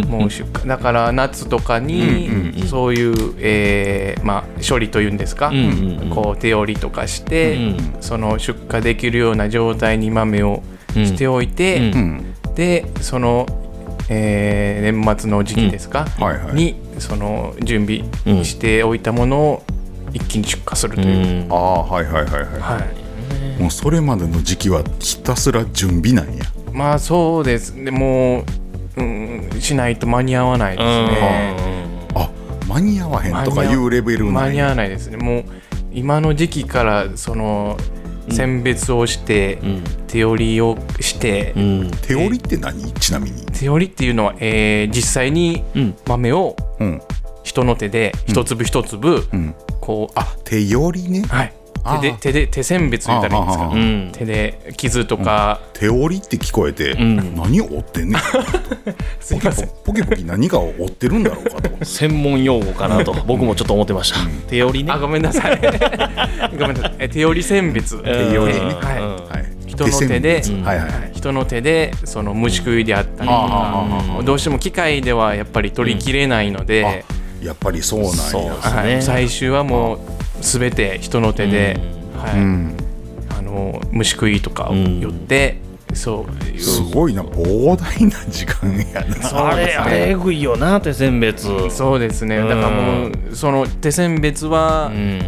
A: ど
C: もう出荷だから夏とかにそういう、えーまあ、処理というんですか、
B: うんうん
C: こう手織りとかして、
B: うん
C: その出荷できるような状態に豆をしておいて、
B: うん
A: うん
C: でその、えー年末の時期ですか、
A: うんはいはい
C: にその準備しておいたものを一気に出荷するという、
A: ああはいはいはいはい、
C: はい、
A: もうそれまでの時期はひたすら準備なんや
C: まあそうですねもう、うん、しないと間に合わないですね。
A: あ間に合わへんとかいうレベルな
C: 間
A: ん
C: に
A: や
C: 合わないですねもう今の時期からその選別をして、
B: ん
C: 手織りをして、
B: うんうん
A: 手織りって何ちなみに
C: 手織りっていうのは、えー実際に
B: うん
C: 豆を
A: うん
C: 人の手で一粒一粒、
A: うん
C: こうあ
A: あ手織りね
C: はい
A: あ
C: 手で
A: ー
C: 手で手選別言ったらいいんです
A: あー
C: か
A: あー
B: う
A: あ
B: ん
C: 手で傷とか、
A: 手織りって聞こえて、
B: ん
A: 何を織ってんねん
C: すいません
A: ポキポキ何かを織ってるんだろうかと
B: 専門用語かなと僕もちょっと思ってました手織りね
C: あごめんなさい ごめんなさいえ手織り選別
A: 手織りね
B: うん
C: はい
B: うん
A: はい
C: 人の手で
A: 選別はいはいはい
C: 人の手でその虫食いであったりと
A: あーあーあー
C: かどうしても機械ではやっぱり取りきれないので、
A: あやっぱりそうなんや
B: そうです
C: はい
B: ね
C: 最終はもう全て人の手で、はい
A: うん
C: あの虫食いとかを寄って、そういう
A: すごいな膨大な時間やな
B: あれあれえぐいよな手選別
C: そうですねだからもうその手選別は
B: うん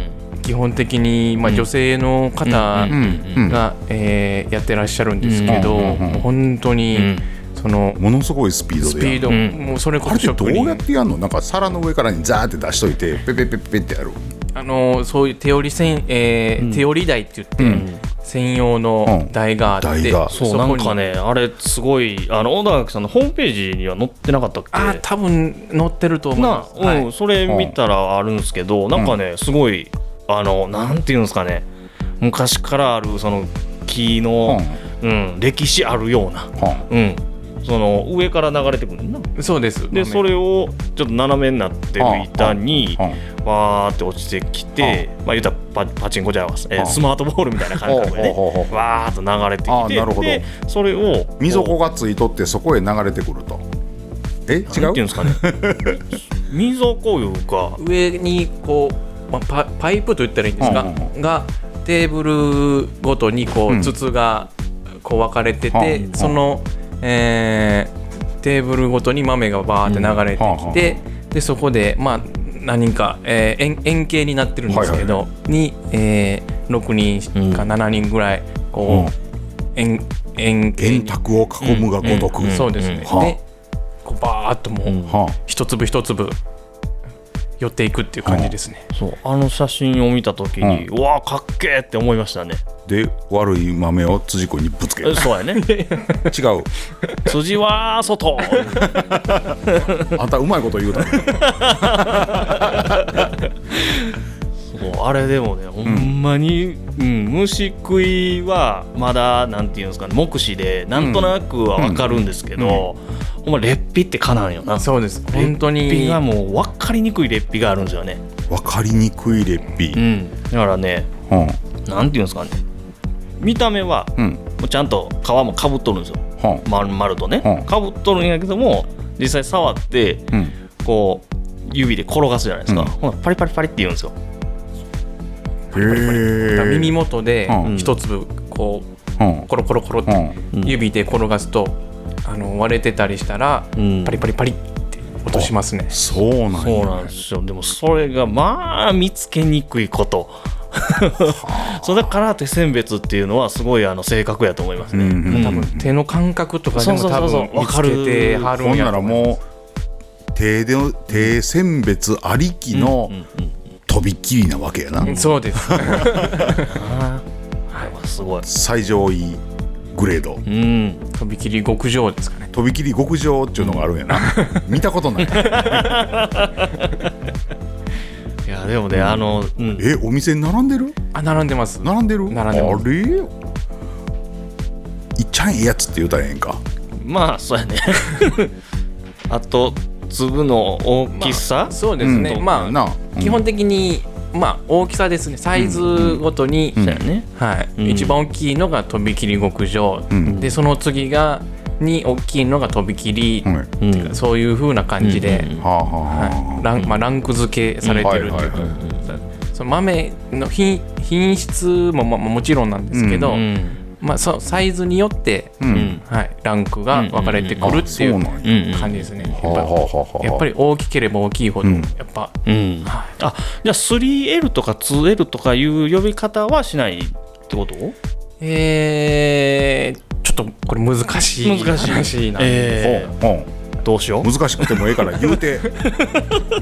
C: 基本的に、まあ、女性の方が、
B: うん
A: うん
C: えーやってらっしゃるんですけど、
A: うんうんうん
C: もう本当に、
B: ん
C: その
A: ものすごいスピード
C: ス
A: で
C: ピ
A: やる
C: ード、
B: ん
C: もうそれこ
A: あ
C: そ
A: れってど
C: 職
A: う
C: 人
A: やってやるのなんか皿の上からにザーって出しといてペペペペペってやる
C: あのそういう手織り線、えー手織り台って言って、専用の台があって、
A: うん台が
B: そう
C: こ
B: な
C: に
B: んかねあれすごいあの小田垣さんのホームページには載ってなかったっけ
C: あ多分載ってると思い
B: な
C: ます、
B: うん
C: はい
B: それ見たらあるんですけど、なんかねすごいあのなんていうんですかね昔からあるその木の、うん歴史あるような、
A: は
B: うん、その上から流れてくるんだな
C: そうです
B: でそれをちょっと斜めになってる板に
A: ああ
B: わーって落ちてきてまあ言ったらパパチンコじゃないわ、えー
A: あ
B: スマートボールみたいな感覚で
A: ほうほうほうほ
B: ね
A: う
B: わーっと流れて
A: あなる
B: き
A: ほ
B: て
A: ど
B: でそれをこう
A: 溝子がついとってそこへ流れてくるとえ違
B: なんてい
A: うん
B: うですかね 溝こういうか
C: 上にこう、まあ、パパイプと言ったらいいんですか、
A: うんうんう
C: がテーブルごとにこ
A: う
C: うん筒がこう分かれて
A: はあ
C: て、
A: はあ
C: その、えーテーブルごとに豆がバーって流れてきて、でそこでまあ何人か、えー円円形になってるんですけど、に、えー6人か7人ぐらいこう、円円形
A: 円
C: に、
A: 卓を囲むがごとく
B: うんん
C: そうですね、
A: はあ
C: でこうバーっともう、
B: うん
A: は
C: 一粒一粒寄っていくっていう感じですね。
B: そうあの写真を見た時に、うわかっけえって思いましたね
A: で悪い豆を辻君にぶつける
B: えそう やね
A: 違う
B: 辻は外
A: あんたうまいこと言うたね
B: そうあれでもねほんまに、うん虫食いはまだなんていうんですかね目視でなんとなくは分かるんですけど、ほんまレッピってかなんよな
C: そうです。本当
B: レッピ
C: に。
B: がもう分かりにくいレッピがあるんですよね、
A: 分かりにくいレッピ
B: う
A: ー
B: ん、だからね
A: うん
B: なんていうんですかね見た目は
A: うん
B: もうちゃんと皮もかぶっとるんですよ
A: うん
B: まるまると
A: うん
B: ねかぶっとるんやけども実際触って
A: うん
B: こう指で転がすじゃないですか、
A: うん
B: ほなパリパリパリって言うんですよ
A: へえ
C: 耳元で
A: うん
C: 一粒こ
A: うん
C: うコロコロコロっ
A: う
C: て
A: ん
C: 指で転がすとあの割れてたりしたら
B: うん
C: パリパリパリって音しますね。
A: そうなん
B: そう
A: や
B: なんですよでもそれがまあ見つけにくいことそうだから手選別っていうのはすごいあの正確やと思いますね、
A: うんうん
B: うん
C: 多分手の感覚とかでも
B: そうそう
C: 多
B: そうそう
C: 分見つけてはる
A: ほ
C: ん
A: ん
C: や
A: な
C: と
A: ら
C: 思います
A: もう手で手選別ありきのとびっきりなわけやな
C: そうです。
B: あーあれはすごい
A: 最上位グレード
B: うん
C: とびきり極上ですかね。
A: とびきり極上っていうのがあるんやな見たことない
B: いやでもね、あの、うん、
A: えお店に並んでる
C: あ並んでます。
A: 並んでる
C: 並んでま
A: あれいっちゃんええやつって言うたらええんか
B: まあそう やねあと粒の大きさ、
C: そうですね。
A: うん
C: まあ
A: な
C: 基本
A: 的
C: 的にまあ大きさですね。サイズごとに
A: うん
B: そうやね
C: はい、
B: うん
C: 一番大きいのがとびきり極上、
A: うん
C: でその次がに大きいのがとびきり、
A: はい
B: うん
C: そういう風な感じで、
A: はあはあは
C: はいランまあ、ランク付けされてるっていうか、
A: うんはい
C: その豆の品品質も、まあ、もちろんなんですけど、
B: うん
C: まあ、そサイズによって、
A: あう
B: うんん
C: はい、ランクが分かれてく
A: あ
C: るっていう
A: そうなんや
B: うん
C: 感じですね、
A: はあはあ
C: やっ
A: はあは
C: ぱ
A: あ
C: やっぱり大きければ大きいほど、
A: うん
C: やっぱ
B: うんあじゃあ 3L とか 2L とかいう呼び方はしないってこと
C: えー、ちょっとこれ難しい
B: 難しい
C: 話なんで、
B: ええ
A: うん
B: どうしよう
A: 難しくてもええから言う て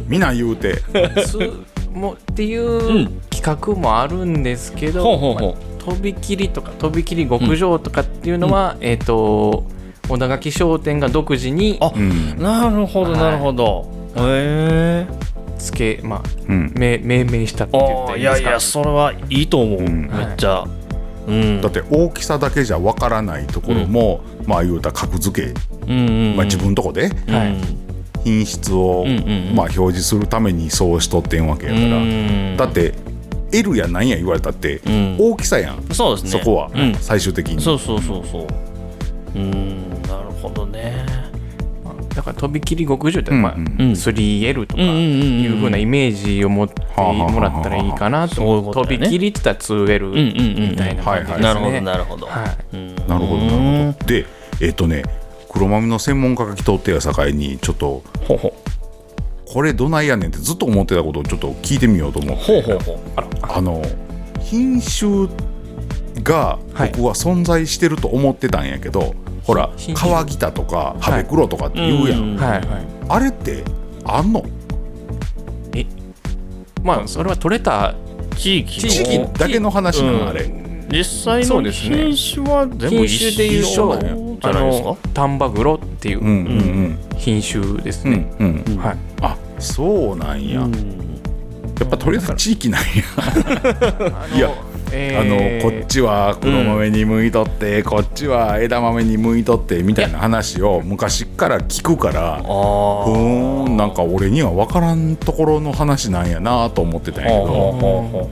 A: みんな言うて
C: つもってい
B: うん
C: う企画もあるんですけど、
B: ほうほうほ
C: ま
B: う
C: あとびきりとかとびきり極上とかっていうのは、えっ、と小田垣商店が独自に
B: あ
A: うん
B: なるほど
C: はい
B: なるほどへえ
C: つけ、まあ、
A: うん
C: め命名したって言っ
B: あ
C: て
B: あ
C: いい
B: い
C: で
B: や
C: す
B: い
C: か
B: やそれはいいと思う、
A: うん
B: めっちゃ、うん
A: だって大きさだけじゃわからないところもまあ言うたら格付け
B: うんうんうん
A: まあ自分とこで
C: はい
A: 品質を
B: うんうんうん
A: まあ表示するためにそうしとってんわけや
B: う
A: から
B: ん
A: だって L やなんや言われたって
B: ん
A: 大きさやん
B: そうです
A: そ
B: ね
A: こは
B: うん
A: 最終的に
B: そうそうそうそううんなるほどね
C: まあだからとびきり極上って、まあ
A: うん
B: うん
C: 3L とか
B: うんうんうんうん
C: いうふうなイメージを持ってもらったらいいかなと
B: はあはあはあはあそういうこ
C: と
B: とだね
C: びきりって言ったら 2L みたいな感じですね。
A: うんうんうん
B: なるほどなるほど、
C: はい
B: う
A: な
B: ん
A: るほどなるほどでえっとね黒豆の専門家が来とってやさかいにちょっと
B: ほうほう
A: これどないやねんってずっと思ってたことをちょっと聞いてみようと思って
B: ほうほうほう
A: あの品種が
C: はい
A: 僕は存在してると思ってたんやけど、ほら
C: 品種
A: 川北とかハベクロとかって言うやん、
B: うん
C: はいはい
A: あれってあんの
C: まあそれは取れた
B: 地域の
A: 地域だけの話なの、あれ、
B: 実際
C: そ
B: の
C: うですね
B: 品種は全
C: 品
B: 部一
C: 種
B: 緒
C: でいうと
A: なん
B: じ
C: あ
B: ゃないですか
C: の丹波黒っていう
A: うんうんうん
C: 品種です
A: うん
C: ね、
A: うん
B: うん
C: はい、
A: あそうなんや、やっぱとりあえず地域なんやいやあの
C: えー
A: こっちは黒豆に向いとって、こっちは枝豆に向いとってみたいな話を昔から聞くから
B: あ
A: ふーんなんか俺には分からんところの話なんやなと思ってたんやけ
B: あ
A: ど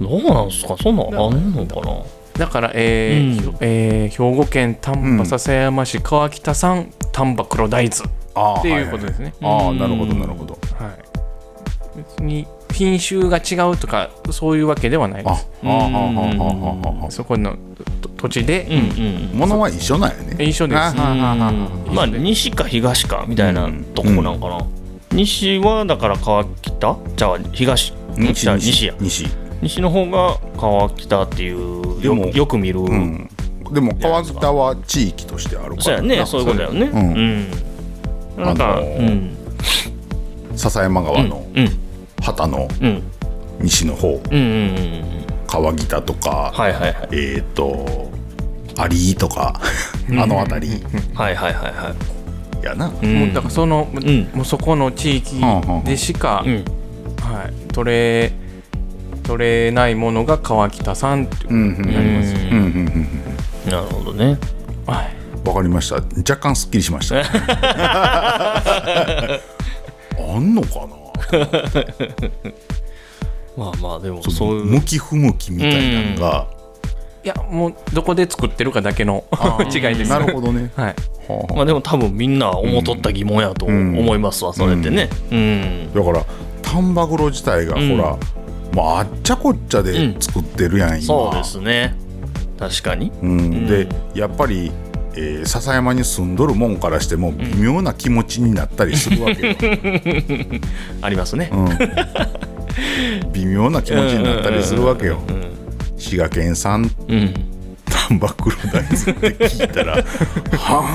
B: どうなんすかそんなんあんのかな
C: だから、えー
B: うん
C: ひょえー兵庫県丹波篠山市川北産丹波黒大豆、
A: あー
C: っていうことですね
A: はいはいあー
B: うん
A: なるほどなるほど
C: はい、別に品種が違うとかそういうわけではないで
A: あ
C: す
A: あーはーはーはーはーはー
C: そこのと土地
B: う
C: で
B: んうん
A: ものは一緒なんやね
C: 一緒です
A: あーはーはーはーはー
B: まあ西か東かみたいなとこなんかな、西はだから川北じゃあ
A: 西
B: 東西西や
A: 西
B: 西の方が川北っていう
A: で
B: よ
A: も
B: くよく見る、
A: うんでも川北は地域としてあるか
B: そう
A: ら
B: や
A: な
B: ねそういうことだよね
A: う
B: うん、なんか、
A: あのー
B: うん
A: 笹山川の
B: うん
A: 旗の
B: うん
A: 西の方
B: うんうんうんうん
A: 川北とか、
B: はいはいはい
A: えっ、と有井とかあの辺り
B: はいはいはいはい
A: やな、
B: うん
C: もうだからその、
B: ん
C: もうそこの地域でしか、
B: うん
C: はい、取れ取れないものが川北さんっていう
A: う、んうん
B: う
A: うんうん
B: ん
A: うんうん
B: なるほどね
C: はい、
A: わかりました若干すっきりしましたあんのかな
B: まあまあでもそういう
A: 向き不向きみたいなのが、
C: いやもうどこで作ってるかだけの違いです
A: なるほどね、
C: はい、
A: はあは
B: まあでも多分みんな思っとった疑問やと
A: ん
B: 思いますわそれってねうん
A: あだから丹波黒自体が
B: ん
A: ほら、まあ、あっちゃこっちゃで作ってるやん、今
B: そうですね確かに
A: うん、でやっぱり、えー笹山に住んどるもんからしても微妙な気持ちになったりするわけよ、
B: ありますね
A: うん微妙な気持ちになったりするわけよ滋賀県産
B: うん
A: 丹波黒大豆って聞いたら は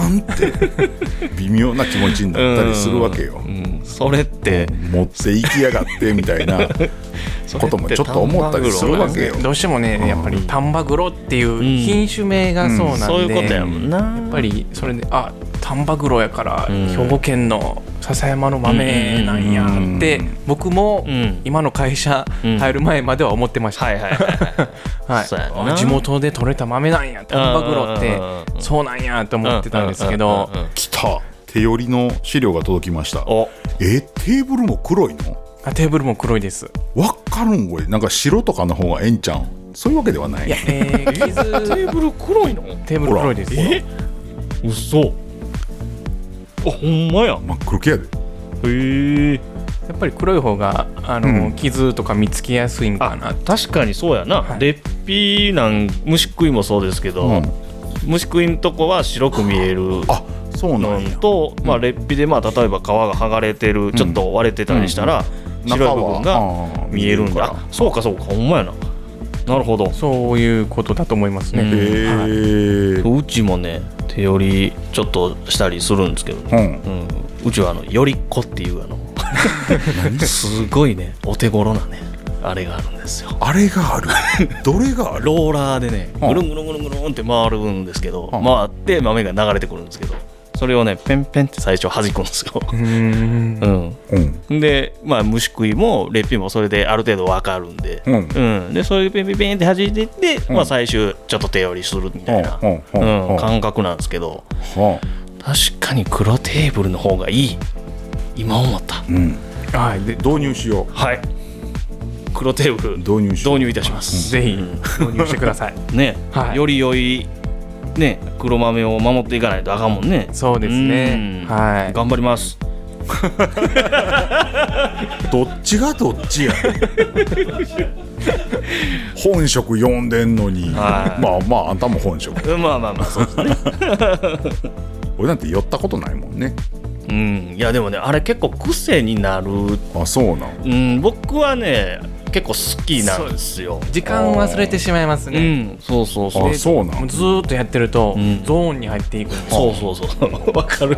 A: ーんって微妙な気持ちになったりするわけよ
B: うんそれって
A: 持っていきやがってみたいなこともちょっと思ったりするわけよ
C: どうしてもねやっぱり丹波黒っていう品種名がそうなんで、
B: そういうことや
C: や
B: もんな
C: っぱりそれであ丹波黒やから
B: ん
C: 兵庫県の篠山の豆なんやって僕も
B: うん
C: 今の会社
B: うん
C: 入る前までは思ってました、
B: はいはいは
C: はい
B: そうやな
C: あ地元で採れた豆なんや丹波黒
B: うんうんうん
C: ってそうなんやと
B: い
C: 思ってたんですけど
B: うんうんうんうん
A: 来た手寄りの資料が届きました
B: お
A: えテーブルも黒いの
C: あテーブルも黒いです
A: わっかるんこれなんか白とかの方がええんちゃうんそういうわけではない
C: いやえー、
B: テ
C: 傷
B: ーブル黒いの
C: テーブル黒いです
B: え嘘あほんまや
A: 真っ黒系やで
B: へえ
C: やっぱり黒い方があの、
A: うん
C: 傷とか見つけやすいんかな
B: あ確かにそうやな、
C: はい
B: レッピーなん虫食いもそうですけど、
A: うん
B: 虫食いんとこは白く見える
A: あそうな
B: の
A: んや
B: と、まあ、レッピで、まあ、例えば皮が剥がれてる、ちょっと割れてたりしたら、
A: 中
B: 白い
A: は
B: 部分が
A: あー
B: 見えるん
A: か
B: だ
A: ら
B: あそうかそうかほんまやななるほど
C: そういうことだと思いますね、
B: うん
A: へえ
B: うちもね手寄りちょっとしたりするんですけど、
A: うん
B: うん、うちはあのよりっこっていう あの すごいねお手頃なねあれがあるんですよ
A: あれがあるどれがある
B: ローラーでね
A: うん
B: ぐるんぐるんぐるんぐるんって回るんですけど
A: うん
B: 回って豆が流れてくるんですけどそれをねペンペンって最初弾くんですよ、
C: うーん
B: う
A: うん
B: ん、でまあ虫食いもレッピンもそれである程度わかるんで、
A: うん
B: うん、でそれでペンペンペンって弾いていって、まあ、最終ちょっと手寄りするみたいな、
A: うんうん
B: うん感覚なんですけど
A: は
B: 確かに黒テーブルの方がいい今思った
A: あうん
C: はいで
A: 導入しよう
B: はい黒テーブル
A: 導入しよう
B: 導入いたします、
C: ぜひ
B: うん
C: 購入してください
B: ね、
C: はい
B: より良い、ね、黒豆を守っていかないとあかんもんね。
C: そうですね
B: うん
C: はい
B: 頑張ります。
A: どっちがどっち や本職読んでんのにま
B: は
A: あ
B: い
A: まああんたも本職
B: うんまあまあまあ、そう ですね。
A: 俺なんて寄ったことないもんね
B: うん、いや、でもね、あれ結構癖になる。
A: あそうな
B: うん、僕はね、結構好きなんですよ。
C: 時間忘れてしまいます
B: う
C: ね、
B: ん、そうそうそう
A: のあ。そうな
C: もうんずーっとやってると、
B: うん
C: ゾーンに入っていくんです
B: そうそうそう。 わかる。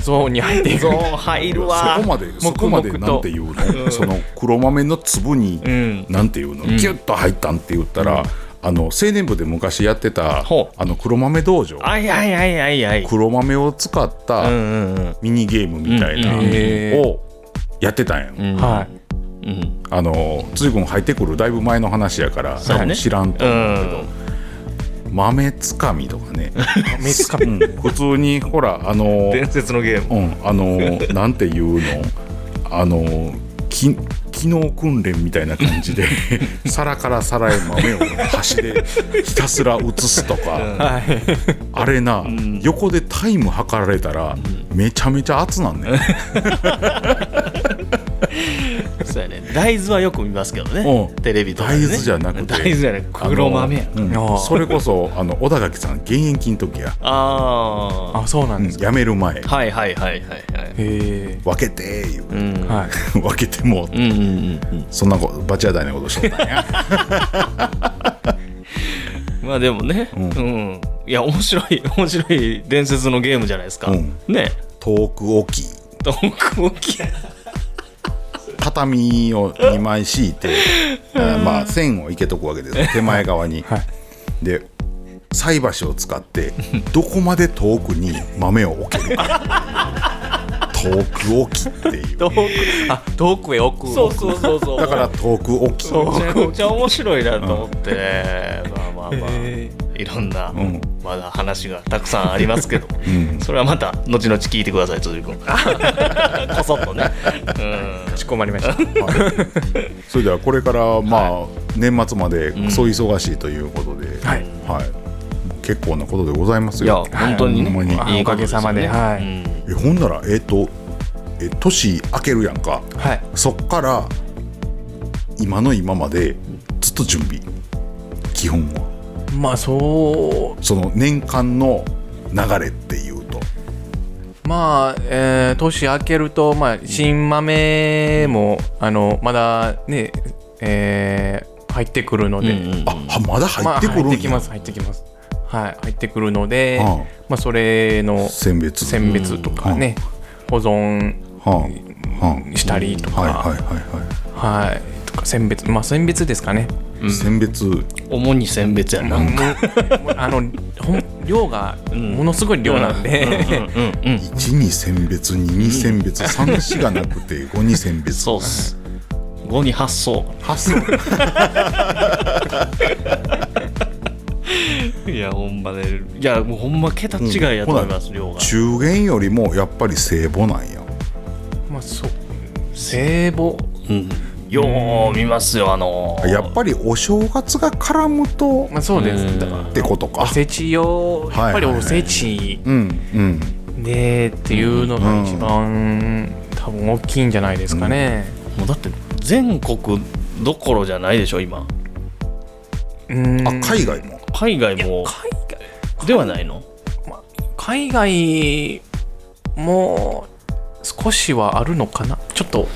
C: ゾーンに入っていく
B: ゾーン入
A: そ
B: る
A: こ
B: わ。
A: までそ
C: 黙
A: こ
C: 々
A: ま
C: と
A: でなんていうのその黒豆の粒に
B: うん。
A: なんていうのギュッと入ったんって言ったらあの青年部で昔やってた
B: ほう
A: あの黒豆道場
B: あいあいあいあいあい。
A: 黒豆を使っ
B: うん
A: た
B: うんうん。
A: ミニゲームみたいな
B: うん
C: へー
A: をやってたんやん
B: うん
C: はい
B: い。うん。
A: あの随分入ってくるだいぶ前の話やから
B: そうね
A: 多分知らんと
B: う
A: 思うけど、
B: ん。
A: 豆つかみとかね、
C: めっちゃ
A: うん普通にほらあの、
B: 伝説のゲーム。
A: うん、あのなんていうのあのき機能訓練みたいな感じで皿から皿へ豆を箸でひたすら移すとか、
C: はい
A: あれな、横でタイム測られたら、めちゃめちゃ熱なんね、
B: そうやね大豆はよく見ますけどね、
A: うん
B: テレビとかで、
A: 大
B: ね、
A: 豆じゃなくて
B: 大豆じゃなくて黒豆や
A: あのうん
C: あー
A: それこそあの小田垣さん現役の時や、
B: ああ
C: あそうなん
A: うん
C: ですか、
A: 辞める前
B: はいはいはいはいはい
C: へえ
A: 分けてー言う
B: うん、
C: は い
A: 分けてもう
B: うんうんうんうん
A: そんなことバチ当たりなこと しとったんや
B: まあでもね、うんんいや面白い面白い伝説のゲームじゃないですか、
A: うん
B: ね
A: 遠く大きい
B: 遠く大きい
A: 戦畳を2枚敷いて、 えーまあ、線を生けとくわけです手前側に。で菜箸を使ってどこまで遠くに豆を置けるか 遠く置きっていう
B: 遠く
C: あ遠くへ奥
B: そうそうそうそう
A: だから遠く置き、
B: めちゃくちゃ面白いなと思ってね、まあまあまあ
C: へ
B: いろんな、
A: ん
B: まだ話がたくさんありますけど、
A: ん
B: それはまた後々聞いてください辻君こそっとね、うん
C: かしこまりました
A: はいそれではこれからまあ年末までクソ忙しいということで、
C: はい
A: はい結構なことでございます
B: いや
A: よ。
B: 本当にね、
A: ほんま
C: に
B: いいことす
C: おかげさ
B: よね
C: まではい
B: うん
A: えほんならえっ、とえ年明けるやんか
C: はい
A: そっから今の今までずっと準備基本は
C: まあそ
A: その年間の流れっていうと
C: うまあ、えー年明けると、まあ、新豆もあのまだねえー入ってくるので、
B: うん
A: あはまだ
C: ま
A: 入
C: あ
A: ってくるんや、
C: 入ってきます入ってきますはい入ってくるので、
A: うん
C: まあそれの
A: 選別
C: 選別とかね、保存
A: はあは
C: したりと
A: あ
C: か、
A: はい
C: は
A: はい
C: い
A: はいはい、
C: とか選別まあ選別ですかね、
A: 選別
B: 主に選別やな、
C: もう あのほん量がものすごい量なんで、
B: うんうん
A: 1に選別2に選別3しがなくて5に選 別
B: そうっす5に発想
A: 発想
B: いやほんまねいやもうほんま桁違いやと思います、量が
A: 中元よりもやっぱり聖母なんや
C: まあそう聖母
B: うんよう見ますよあのー
A: やっぱりお正月が絡むと
C: まあそうです、
B: うん
C: だから
A: ってことか
C: おせちをやっぱりおせち
A: うんうん
C: でっていうのが一番多分大きいんじゃないですかね
B: もうだって全国どころじゃないでしょ今
C: うん
A: あ海外も
B: 海外も
C: 海外
B: ではないの
C: まあ海外も少しはあるのかなちょっと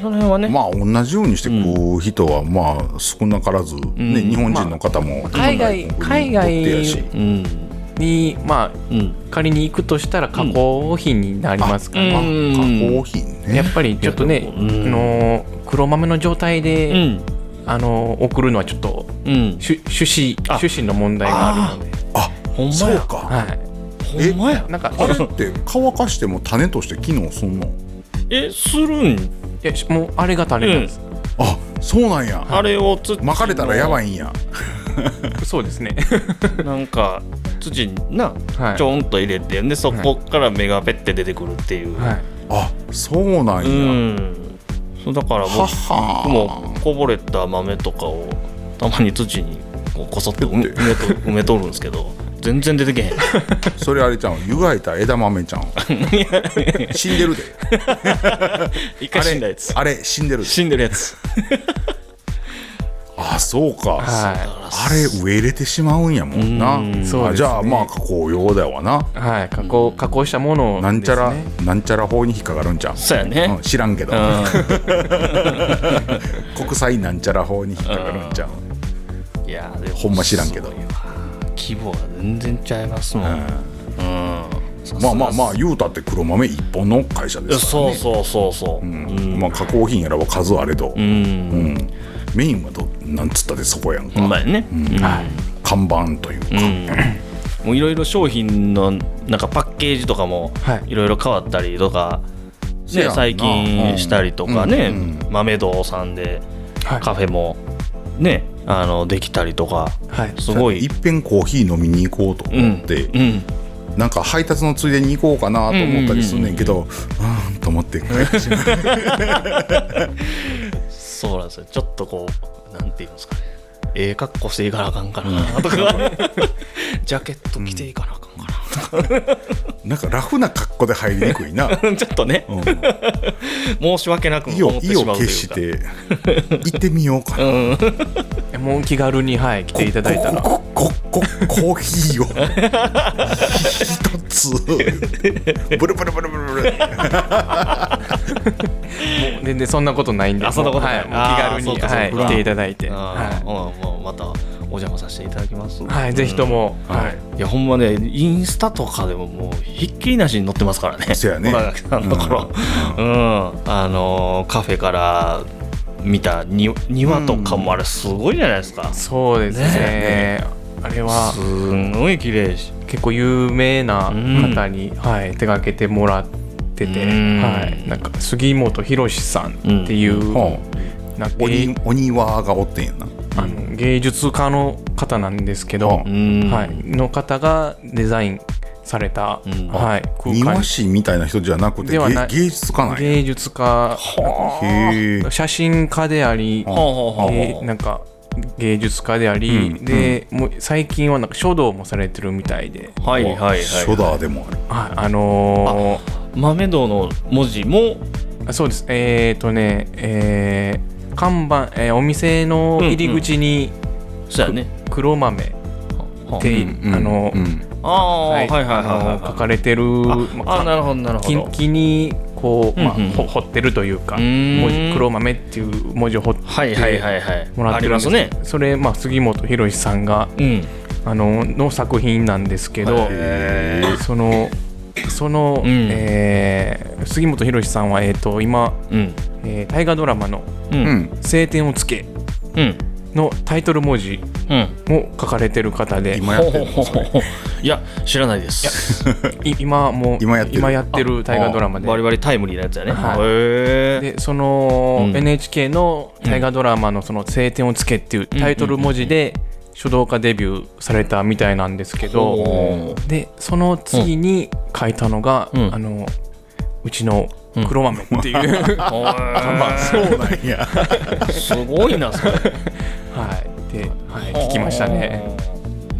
B: その辺はね、
A: まあ同じようにして食う人はまあ少なからず、ね
B: ん
A: 日本人の方も
C: 海外
A: 海外にとってやし
C: 海
B: うん
C: にま
B: うん
C: あ仮に行くとしたら加工品になりますから、
B: うん
A: まあ加工品
C: や
A: ね
C: っぱりちょっとね、
B: うん
C: あの黒豆の状態
B: う
C: で、
B: ん
C: あの送るのはちょっと
B: うん
C: 趣趣旨
B: あ
C: 趣旨の問題があるので、
A: あ
B: ほんま
A: そう
B: や
A: か
C: は
B: ほんまや
C: い、なんか
A: あれって乾かしても種として機能すんの
B: えするん
C: いやしもうあれが足りないです、
A: あそうなんや
B: あれをつ
A: 巻かれたらやば
B: い
A: いんや
C: そうですね
B: なんか土にな
C: はい
B: ちょんと入れてでそこから芽がペッて出てくるっていう、
C: はい
A: あそうなん
B: う
A: や
B: んそうだから
A: は
B: 僕
A: は
B: もこぼれた豆とかをたまに土にこうこそっと埋め埋めと埋めとるんですけど全然出て けへん
A: それあれちゃん湯がいた枝豆ちゃん死んでるで
B: 一
A: あ
B: 回死んだや
A: れ
B: つ
A: あれ死んでるで
B: 死んでるやつ
A: あそうか、
C: は
A: あれ植えれてしまうんやもんな
B: うん
C: そうですね、
A: あじゃあまあ加工用だわない
C: はい、加工加工したものを
A: なんちゃら、なんちゃら法に引っかかるんじゃん、
B: そうやね
A: うん、知らんけど、
B: う
A: 国際なんちゃら法に引っかかるんじゃん、
B: んいやでも
A: ほんま知らんけど
B: すごいわ規模が全然ちゃいますもん、うんさすがっす
A: まあまあまあ言うたって黒豆一本の会社ですから
B: そ
A: ね
B: うそうそうそう
A: う
B: う
A: ん
B: ん
A: まあ加工品やらは数あれど、
B: うん
A: うんメインはどなんつったでそこやんか、
B: ほんまやねうん
A: 看板というか、
B: もういろいろ商品のなんかパッケージとかも
C: はい
B: いろいろ変わったりとか、
A: せやん
B: ね、
A: な
B: 最近したりとかね、豆堂さんで
C: はい
B: カフェもねあのできたりとか
C: はい
B: すごい
A: いっぺんコーヒー飲みに行こうと思って、
B: うん
A: なんか配達のついでに行こうかなと思ったりすんねんけど、うーんと思って帰ってしまう
B: そうなんですよちょっとこうなんていうんですかねええ格好していかなあかんかな とかジャケット着ていかなあかんか
A: なんかラフな格好で入りにくい な、
B: な、ちょっとね
A: うん、
B: 申し訳なく
A: 意
B: も思
A: を
B: って
A: 意
B: し
A: を
B: まうという
A: 決
B: か
A: して行ってみようかな
C: えもう気軽に、はい、来ていただいたら
A: ここここコーヒーを一 つブルブルブルブルブル
C: 全然そんなことないんで
B: あそんなことない
C: もうはい、もう気軽
B: あーそう
C: に、
B: かそうか
C: はい、来ていただいて、
B: あ
C: は
B: ーうんもうまたお邪魔させていただきます
C: はい、ぜひとも、
A: うん
C: は
A: はい
C: い、
B: いやほんまねインスタとかでももうひっきりなしに載ってますからね
A: そうやね
B: 岡崎さんのところ、うんあのーカフェから見たに庭とかもあれすごいじゃないですか、
C: そうですね
B: ね
C: あれは
B: すんごい綺麗やし
C: 結構有名な方に、はい、手掛けてもらってて、
B: うん
C: はい、なんか杉本博さんっていう、
A: ほ
C: なんか
A: う鬼鬼はがおってんやな
C: あの芸術家の方なんですけど
A: う、
B: ん
C: はい、の方がデザインされた、
B: うん
C: はい、空
A: 庭
C: 間
A: 師みたいな人じゃなくて
C: ではない
A: 芸芸術家なんや
C: 芸術家
A: へえ
C: 写真家であり、
B: ほうほうほうほう
C: えーなんか芸術家であり、
A: うん
C: で、もう最近はなんか書道もされてるみたいで、
B: はいはいはい
A: 書道でもある
C: はい、あの
B: 豆道の文字も
C: ーそうですえっ、とねえー看板、えーお店の入り口に
B: そうやね
C: 黒豆っ
B: は
C: て、あのー
B: ああ
C: は
B: はいいはいはい
C: あのー書か
B: は
C: れてる
B: い
C: ま
B: あ
C: あ
B: あなるほどなるほ
C: キン
B: ど
C: キンにこう、まあ
B: うんうんうん
C: ほ彫ってるというか
B: うーん
C: 文字黒豆っていう文字を彫って
B: はいはいはいはい
C: もらっ
B: あ
C: て
B: り
C: るん
B: ま
C: です
B: すね
C: それ、まあ、杉本博さんが
B: うん
C: あのの作品なんですけど、
B: へ
C: そのその、
B: うん
C: えー杉本博さんは、えー、と今、
B: うん
C: えー大河ドラマの
B: う
A: うんん
C: 「青天をつけ
B: うん」
C: のタイトル文字
B: うん
C: も書かれてる方で
A: 今や
B: ほ
A: っ
B: う
A: て
B: ほ
A: る
B: うほうほういや知らないです
C: い今もう
A: 今やってる
C: る大河ドラマで
B: バリバリタイムリーなやつやね
C: はい
B: へえ
C: でその、
B: うん
C: NHK の大河ドラマの「その青天をつけ」っていうタイトル文字で書道家デビューされたみたいなんですけど、
B: ほ
C: でその次に書いたのが、
B: うん
C: あのうちの黒豆って いう、は
B: まあ
A: そうなんや
B: すごいなそれ
C: いで、はい、聞きましたね。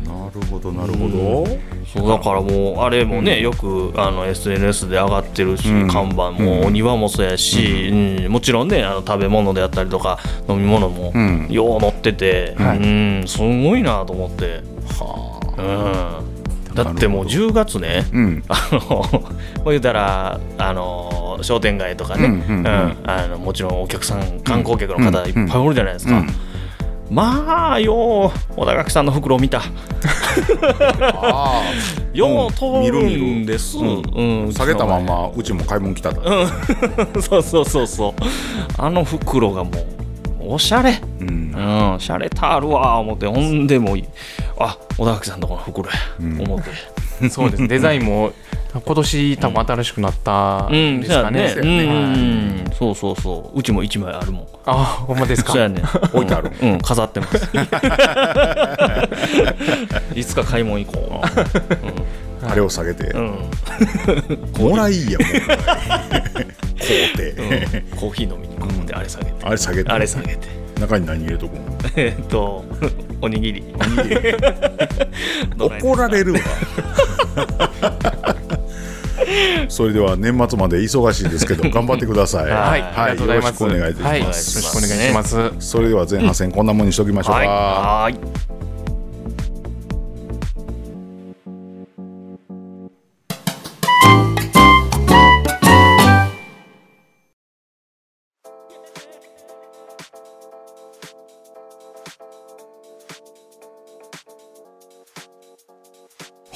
A: なるほどなるほど
B: そうだからもうあれもね、よくあの SNS で上がってるし、
A: うん
B: 看
A: う
B: 板も、
A: ん
B: お庭もそうやし、うんもちろんねあの食べ物であったりとか飲み物も
A: うん
B: よう載ってて、
A: はい
B: うんすごいなと思って、
A: はあ
B: うん、だってもう10月ね
A: うん
B: あの まあ言うたらあの商店街とかね、
A: う
B: うん
A: う
B: ん
A: んうん
B: あのもちろんお客さん観光客の方いっぱいおるじゃないです
A: う
B: か、
A: ん
B: まあよう小田垣さんの袋見た。
A: あ
B: よう通るんです、
A: うん見る見る
B: う
A: あ
B: ん
A: 下げたまんまうちも買い物来たら
B: うん そうそうそうそうあの袋がもうおしゃれ
A: うん
B: うんしゃれたあるわ思ってほんでもうあ小田垣さんとこの袋や、
A: うん
B: 思って
C: そうですデザインも今年多分新しくなった
B: うん
C: んですかね。
B: そうう
A: や
B: や
A: ね
B: ね
C: はい
B: うんそうそうそううちも一枚あるもん
C: あほんまですか
B: そうやね
A: 置いてある
B: うん、うん飾って ますいつか買い物行こ
A: あれを下げて
B: う、うん、
A: もらいやもう買うて
B: コーヒー飲みに行こうってあれ下げて
A: あれ下げて
B: あれ下げて
A: 中に何入れとくの
B: えーっとおにぎり
A: 怒られるわ それでは年末まで忙しいですけど頑張ってください
B: はい
C: ありがとうござ
A: よ
C: い
A: ろし
C: ます。
A: くお願いいたします、
C: はい、よ
B: ま
C: ろ
B: す
C: しくお願いします。
A: それでは前半戦こんなもんにしときましょうか、
B: はいはーい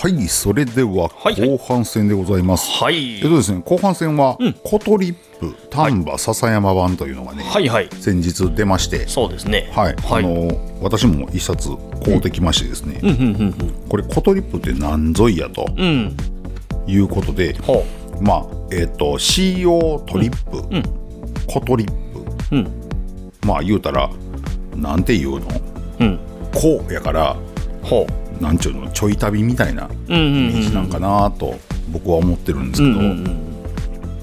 A: はい、それでは
B: はいはい
A: 後半戦でございます。
B: はい
A: えっとですね、後半戦は、
B: うん
A: コトリップ丹波篠山版というのがね、
B: はいはい
A: 先日出まして、
B: そうですね
A: はい、
B: はい
A: あの私も一冊買うてきましてですね、
B: うんうん
A: これコトリップって何ぞいやと
B: うんうんうん
A: いうことで、
B: ほ
A: まあえっ、と CO トリップ、
B: んうん
A: コトリッ
B: ううん
A: プ、まあ言うたらなんて言うの、
B: うん
A: こうやから
B: ほ
A: なんちゅうのちょい旅みたいな
B: ううんう
A: イ
B: ん
A: メージなんかなと僕は思ってるんです
B: う
A: け
B: ん
A: ど。
B: うんうん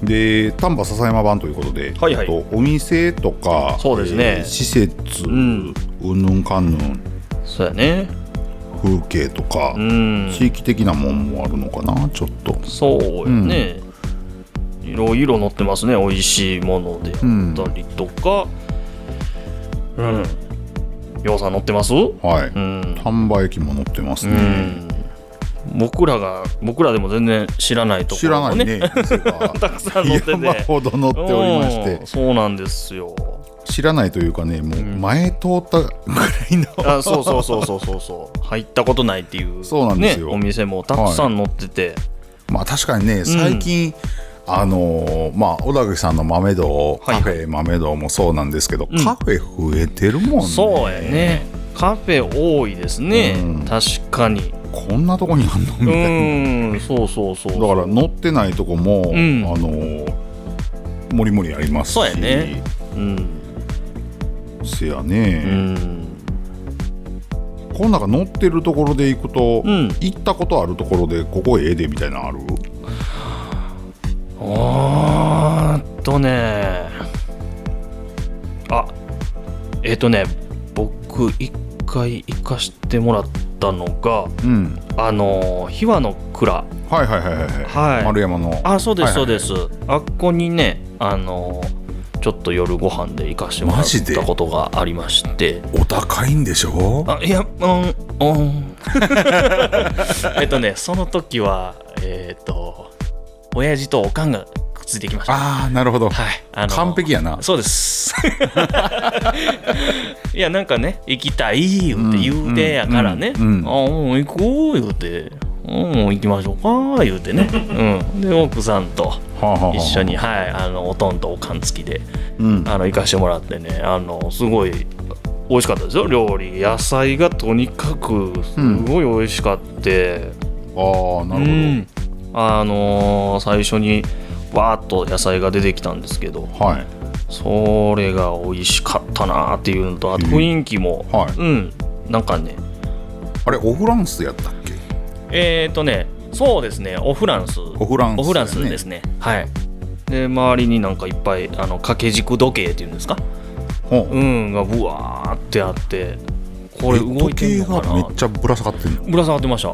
A: で丹波篠山版ということで、
B: はいはい
A: えっと、お店とか
B: そうですね
A: えー施設
B: ん
A: うんぬんかんぬん
B: そうやね
A: 風景とか、
B: うん
A: 地域的なもんもあるのかなちょっと
B: そうやねいろいろ載ってますね美味しいものであったりとかうんようさん載ってますう
A: はい
B: ん
A: 丹波駅も載ってます
B: う
A: ね、
B: ん僕らが僕らでも全然知らないとこ
A: 知ら
B: ろ
A: な
B: も
A: い
B: ね
A: ね店が
B: たくさん載ってて
A: 山ほど載っておりまして
B: うんそうなんですよ
A: 知らないというかねもう前通ったぐらい の、
B: あそうそうそうそうそうそう 入ったことないっていう
A: そうなんですよ
B: ね、お店もたくさん載ってて、
A: まあ確かにね最近、あのーまあ小田垣さんの豆堂
B: はい
A: カフェ豆堂もそうなんですけど、
B: うん
A: カフェ増えてるもんね
B: そうやねカフェ多いですね、
A: うん
B: 確かに
A: こんなとこにあんのみたい
B: う
A: な、
B: ーんそうそうそう
A: だから乗ってないとこも、
B: ん
A: あのーもりもりありますし
B: そうやねうん
A: せや
B: う
A: ね、
B: ん
A: この中乗ってるところで行くと、
B: うん
A: 行ったことあるところでここええでみたいなのある
B: あーっとねあえっとね僕一回行かしてもらったのが
A: うん
B: あの秘話の蔵
A: はいはいはいはいはい、
B: はい
A: 丸山の
B: あそうです、
A: はいはい
B: そうですあっこにねあのちょっと夜ご飯で行かしてもら
A: マジ
B: っ
A: で
B: たことがありまして
A: お高いんでしょ
B: あいやうんうん えっとねその時はえっ、と親父とおかんがくっついてきました
A: ああなるほど、
B: はいあの
A: 完璧やな
B: そうです いやなんかね行きたい言うて言うてやからね、
A: うんうんうん
B: あもう行こう言うてうん行きましょうか言うてね、うん、で奥さんと
A: はあはあはあ
B: 一緒に、はい、あのおとんとおかん付きで
A: うん
B: あの行かしてもらってねあのすごい美味しかったですよ料理野菜がとにかくすごい美味しかって、
A: ああな
B: う
A: る
B: んあのー最初にわーっと野菜が出てきたんですけど
A: ほど、はい
B: それが美味しかったなーっていうのとあと
A: へえ
B: 雰囲気も、
A: はい
B: うんなんかね
A: あれオフランスやったっけ
B: えっ、ー、とねそうですねオフランス
A: オフランス、
B: オフランスですねはいで周りになんかいっぱいあの掛け軸時計っていうんですか
A: ほう
B: うんがぶわーってあってこれ
A: え
B: 動いてんのか
A: 時計がめ
B: な
A: っちゃぶら下がってんの
B: ぶら下がってました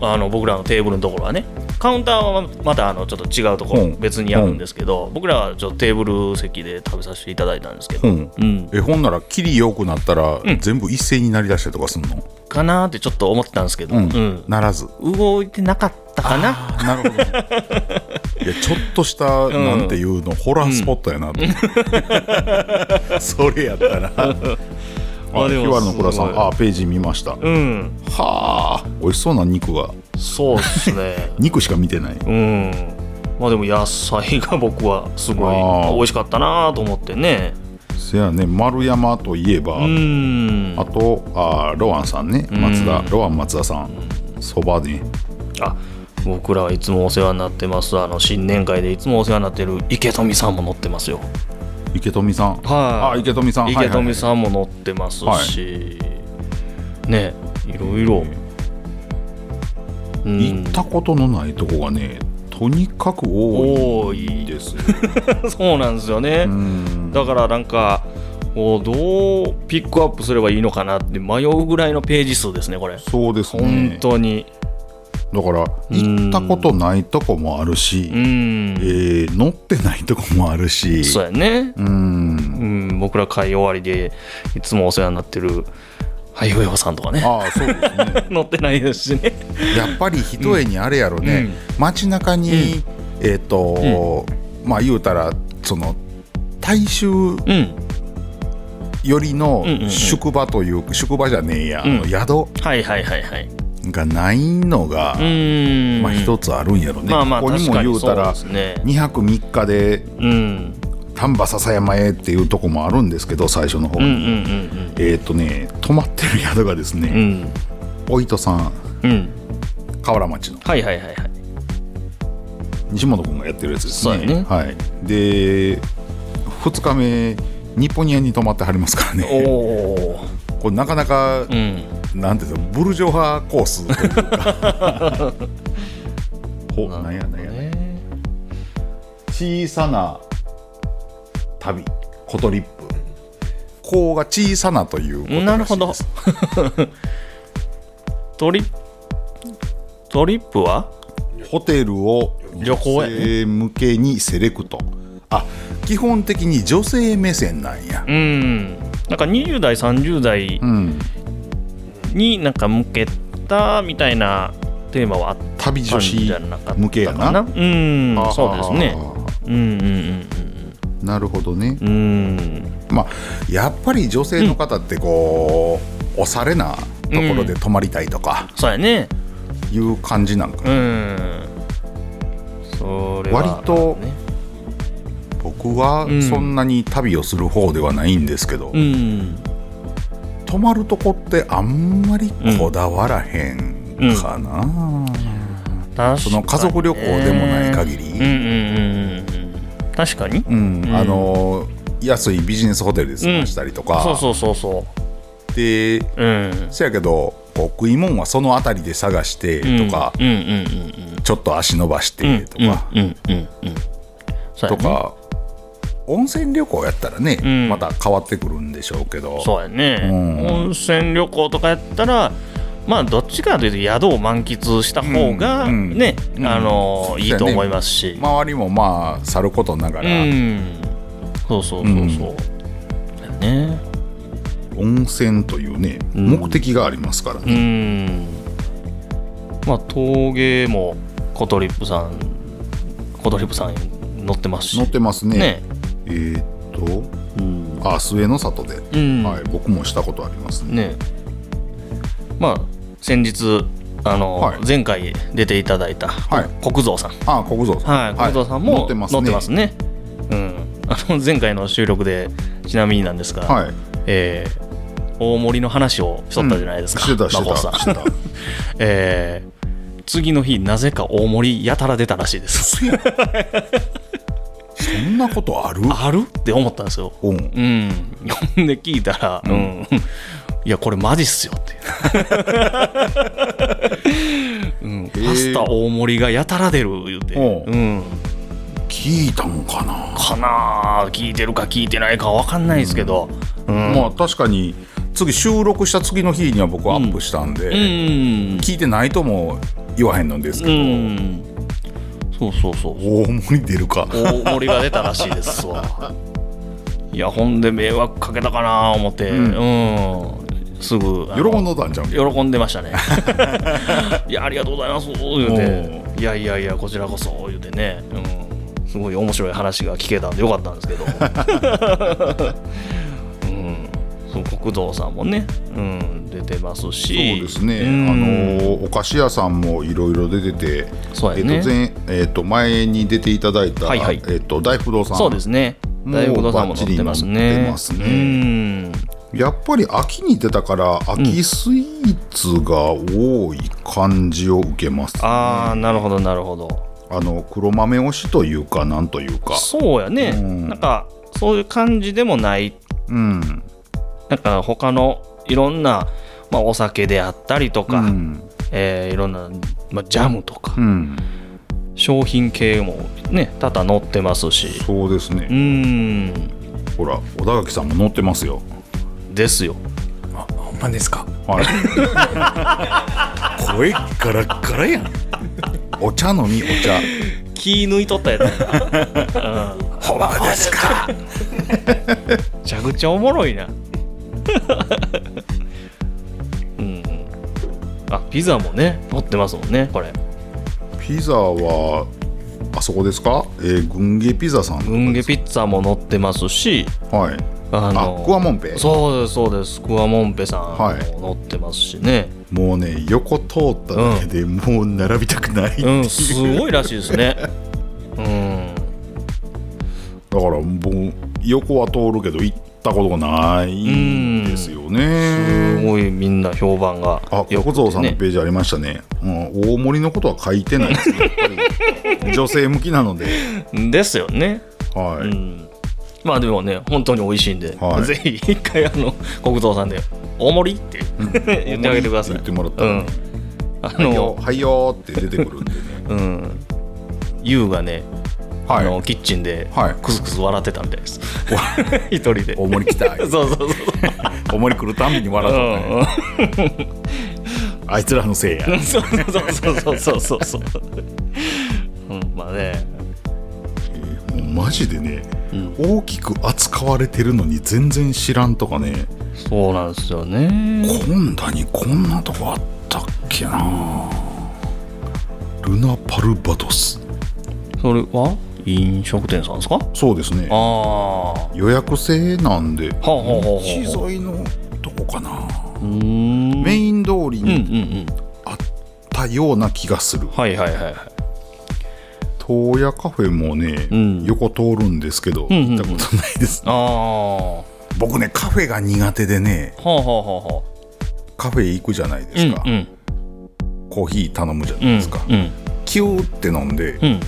B: あの僕らのテーブルのところはねカウンターはまたあのちょっと違うとこ
A: う
B: ろ
A: ん
B: 別にあるんですけど、僕らはちょっとテーブル席で食べさせていただいたんですけど、
A: うん
B: うん、
A: えほんならキリ良くなったら、
B: ん
A: 全部一斉になりだしたりとかすんの
B: かなーってちょっと思ってたんですけど、
A: う、
B: うんん
A: ならず
B: 動いてなかったかな
A: あなるほどいやちょっとした、なんていうのホラースポットやなと思って、 それやったらあ
B: あでも
A: ひわるの倉さ
B: す
A: ん
B: ごい
A: あページ見ました、
B: うん
A: はあ美味しそうな肉が
B: そうっす ね
A: 肉しか見てない
B: うんまあでも野菜が僕はすごい
A: あー
B: 美味しかったなーと思ってね
A: せやね丸山といえば、
B: うん
A: あとあロアンさんね松田、ロアン松田さんそばね
B: あ僕らはいつもお世話になってますあの新年会でいつもお世話になってる池富さんも乗ってますよ
A: 池富さんあ
B: はい
A: 池富さん
B: 池
A: はいはい
B: 富さんも乗ってますし、
A: は
B: ねいろいろ、うん
A: 行ったことのないとこがねとにかく多
B: 多
A: い
B: い
A: ですよ
B: そうなんですよね、
A: うん
B: だからなんかこうどうピックアップすればいいのかなって迷うぐらいのページ数ですねこれ
A: そうです
B: 本
A: ね
B: 当に
A: だから行ったことないとこもあるし、
B: うん、
A: えー乗ってないとこもあるし
B: そうやね
A: うん
B: うん、僕ら会終わりでいつもお世話になってるハイウェイさんとかね
A: ああそうですね
B: 乗ってないですしね
A: やっぱりひとえにあれやろね、街中に、えっ、と、まあ言うたらその大衆
B: うん
A: よりの
B: うんうんうん
A: 宿場という,、宿場じゃねえや、あの
B: うん
A: 宿
B: はいはいはいはい
A: がないのが、
B: うん
A: まあ一つあるんやろね、
B: まあまあ
A: ここに
B: 確
A: も
B: か
A: 言
B: に
A: うた
B: そう
A: ら
B: ですね
A: 2泊3日で
B: うん
A: 丹波篠山へっていうとこもあるんですけど最初の方
B: うんう
A: に、
B: んうん
A: えっ、とね泊まってる宿がです
B: うんう
A: ね、
B: ん
A: お糸さん
B: うん
A: 河原町の
B: はいはいはいはい
A: 西本君がやってるやつですね
B: そうやね
A: はい、で2日目日本屋に泊まってはりますからね
B: おお
A: これなかなか、
B: うん
A: なんていうのブルジョワコー スというかほなんやなんやね
B: ね
A: 小さな旅コトリップこうが小さなということらしいです
B: なるほどトリトリップは
A: ホテルを
B: 旅行へ
A: 女性向けにセレクトあ基本的に女性目線なんや
B: うんなんか20代30代
A: うん
B: になんか向けたみたいなテーマはあった
A: 旅女
B: んじ
A: 子
B: ゃなかった
A: 向けやな
B: かなうん
A: あー
B: そうですねうんうん
A: なるほどね
B: うんうんうん
A: まあやっぱり女性の方ってこう、おしゃれなところで泊まりたいとか
B: そうやね
A: いう感じなんか
B: う、んそれは
A: 割と
B: ね
A: 僕は
B: うん
A: そんなに旅をする方ではないんですけど、
B: うん
A: 泊まるとこってあんまりこだわらへんかな、
B: 確かにね
A: その家族旅行でもない限り、
B: うんうんうんうんうん確かに
A: うん
B: うん
A: あの安いビジネスホテルで過ごしたりとか、
B: そうそうそうそ
A: で
B: ううん
A: せやけどこう食い物はその辺りで探してとか、
B: うんうんうん
A: ちょっと足伸ばし
B: うんうん
A: てとか、
B: うんうんうんうんそう
A: と
B: やね
A: か、温泉旅行やったらね、
B: ん
A: また変わってくるんでしょうけど
B: そうやね、
A: うん
B: 温泉旅行とかやったらまあどっちかというと宿を満喫した方が
A: うん
B: ね、
A: うん
B: あの
A: うん
B: いいと思いますし、
A: 周りもまあさることなが
B: う
A: ら、
B: んそうそうそうそう、だよね
A: 温泉というね、
B: ん
A: 目的がありますから
B: う
A: ね、
B: んまあ陶芸もコトリップさんコトリップさん乗ってますし
A: 載ってますね
B: ね
A: えーっと
B: うん
A: あ末の里で、
B: うん
A: はい、僕もしたことありますね
B: ねまあ先日あの、
A: はい
B: 前回出ていただいた、
A: はい
B: 国蔵さん
A: あ国蔵さん、
B: はい、小僧さん
A: 載
B: も
A: ってます
B: 載
A: ね
B: ってますね。うん、あの前回の収録でちなみになんですが、
A: はい
B: えー大森の話をしとったじゃないですか、
A: してたし
B: 馬
A: て
B: 場
A: た
B: さん
A: してた
B: えー次の日なぜか大森やたら出たらしいです。
A: そやそんなことある
B: あるって思ったんですよ。
A: うん
B: うん、読んで聞いたら、うんいやこれマジっすよって、 うん、パスタ大盛りがやたら出る言うて、
A: おう
B: うん、
A: 聞いたんかな、
B: かなあ聞いてるか聞いてないかわかんないですけど、うん
A: まあ確かに次収録した次の日には僕はアップしたんで、
B: うん
A: 聞いてないとも言わへんのですけ
B: う
A: ど、
B: んそうそうそう
A: 大盛り出るか
B: 大盛りが出たらしいですわいやほんで迷惑かけたかなあ思ってうん、すぐあ
A: 喜
B: の
A: んどったんじゃうん
B: 喜んでまし たねいやありがとうございます言う
A: お
B: ていやいやいやこちらこそ言うてね、うん、すごい面白い話が聞けたんでよかったんですけど、 うん、そう国道さんもね、うん、出てます
A: そう
B: し
A: ですね、
B: ん
A: あのお菓子屋さんもいろいろ出てて、
B: そう
A: え
B: や
A: っ
B: ね、
A: と前えっと前に出ていただいた、
B: はいはい
A: えっと大不動さん
B: そうですね
A: もう
B: 大工さんも乗ってます
A: バッチリ乗っ
B: ね
A: てますね
B: うん
A: やっぱり秋に出たから秋スイーツが多い感じを受けます、
B: ああなるほどなるほど
A: あの黒豆推しというかなんというか
B: そうやね、
A: うん
B: なんかそういう感じでもない
A: うん、
B: なんか他のいろんな、まあ、お酒であったりと
A: う
B: か、
A: ん
B: えーいろんな、まあ、ジャムとか、
A: うん、
B: 商品系もね多々載ってますし
A: そうですね
B: うーん
A: ほら小田垣さんも乗ってますよ
B: ですよ
C: ほんまですか
A: はい声ガラガラやん お茶飲みお茶
B: 気抜いとったやつ
A: ほんまですか
B: めちゃくちゃおもろ いなうんあピザもね載ってますもんねこれ
A: ピザはあそこですかえー、群芸ピザさん
B: 文芸ピッツァも載ってますし
A: はい
B: あ
A: あ
B: の
A: クワモンペ
B: そうですそうですクワモンペさ
A: はい
B: んも載ってますしね、
A: もうね横通っただけでもう並びたくない、
B: うんすごいらしいですねうん
A: だから僕横は通るけど行ったことがないんですよ
B: す
A: ね。
B: ごいみんな評判が
A: あ、
B: 良
A: 横
B: くて
A: 蔵さんの
B: ね
A: ページありましたね。うん、大森のことは書いてない ですね。やっぱり女性向きなので、
B: ですよね、
A: は
B: う
A: い、
B: ん、まあでもね本当に美味しいんで、
A: はい
B: ぜひ一回あの国蔵さんで「大盛り」って 言ってあげてください
A: 言ってもらった
B: う
A: らね
B: ん、あ
A: はいよ、
B: の
A: はいよーって出てくるんでね。
B: うん優がねあ
A: はい
B: のキッチンで
A: はい
B: クスクス笑ってたみたいです 一人で
A: 大森来た。
B: そうそうそうそう
A: 大森来るたんびに笑うとったね。あいつらのせいや。
B: うんそうそうそうそうそうそうそううんまあね
A: もうマジでね、大きく扱われてるのに全然知らんとかね。
B: そうなんですよね
A: 今度にこんなとこあったっけなルナ・パルバドス
B: それは飲食店さんですか
A: そうですね
B: ああは
A: 予約制なんで
B: あはあはあは
A: 資
B: あ
A: 材のどこかな
B: うーんうん
A: メイン通り
B: うんう
A: に
B: ん
A: あったような気がする
B: はいはいはいはい
A: 東屋カフェもね、
B: うん
A: 横通るんですけど、
B: んうんうん
A: 行ったことないです
B: ああは
A: 僕ねカフェが苦手でね
B: あはあはあはあ
A: カフェ行くじゃないですか、
B: うんうん
A: コーヒー頼むじゃな
B: う
A: い
B: ん
A: ですか、
B: うん
A: キューって飲んで、
B: うん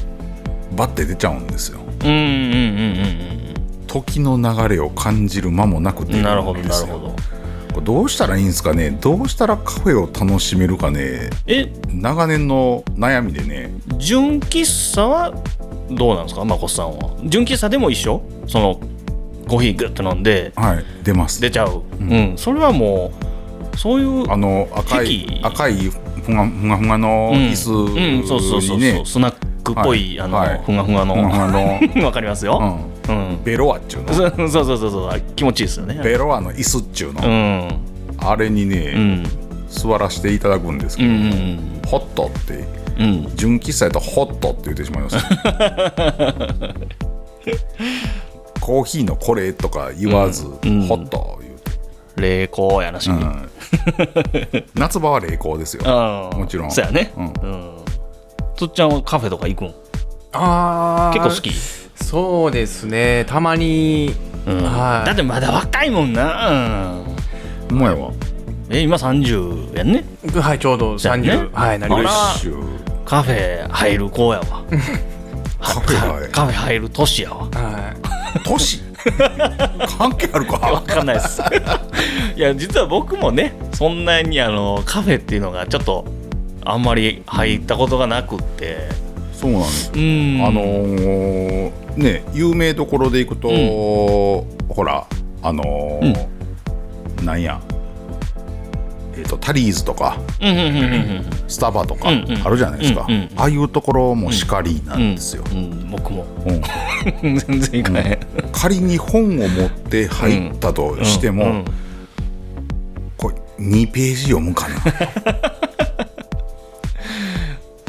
A: バッて出ちゃうんですよ
B: うんうんうんうん
A: 時の流れを感じる間もなく
B: うんう
A: 出
B: んなる
A: る
B: ほ
A: ん
B: ど
A: で
B: なる
A: す
B: ほ
A: よ
B: ど
A: これどうしたらいいんですかねどうしたらカフェを楽しめるかね
B: え
A: 長年の悩みでね
B: 純喫茶はどうなんですかまこさんは純喫茶でも一緒そのコーヒーグッと飲んで
A: はい出ます
B: 出ちゃううんん、それはもうそういう
A: あの赤い
B: 席
A: 赤いふがふがふがの
B: うん
A: 椅子
B: うん、そうそうそう
A: に
B: そ
A: ね
B: うスナックっぽ
A: は
B: い、
A: い
B: あの、
A: はい
B: ふがふがの
A: ふがふがの
B: わかりますよ、
A: うん
B: うん
A: ベロアっちゅうの
B: そうそうそうそうそう気持ちいいですよね
A: ベロアの椅子っちゅうの、
B: うん
A: あれに
B: う
A: ね、
B: ん
A: 座らせていただくんです
B: う
A: けど、
B: ん
A: ホットって
B: うんうん
A: 純喫茶やとホットって言ってしまい ますコーヒーのこれとか言わず、
B: ん
A: ホット言うて、
B: 冷凍やなし
A: う
B: に、
A: ん夏場は冷凍ですよ
B: ああ
A: もちろん
B: そうやね
A: うん
B: うん、とっちゃんはカフェとか行くん
C: あー
B: 結構好き
C: そうですねたまに、
B: うん
C: はい
B: だってまだ若いもんな
A: お前は
B: え今30やんね
C: はいちょうど
B: そうやね
C: 30、はいなりまし
B: あら
C: た
A: シュー
B: カフェ入る子やわ
A: カフェが
B: カフェ入る年やわ
C: はい
A: 都市関係あるか
B: わかんないです いや実は僕もねそんなにあのカフェっていうのがちょっとあんまり入ったことがなくって
A: そうなんです、
B: うん
A: あのーね有名どころで行くと、ほらあのーなんやえっ、とタリーズとか
B: うんうんうんうん
A: スタバとか
B: うんうん
A: あるじゃないですか、
B: うんうん
A: ああいうところもしかりな
B: うんん
A: ですよ、
B: うん僕も
A: うん
B: 全然行かへん
A: 仮に本を持って入ったとしても、
B: うん
A: これ2ページ読むかな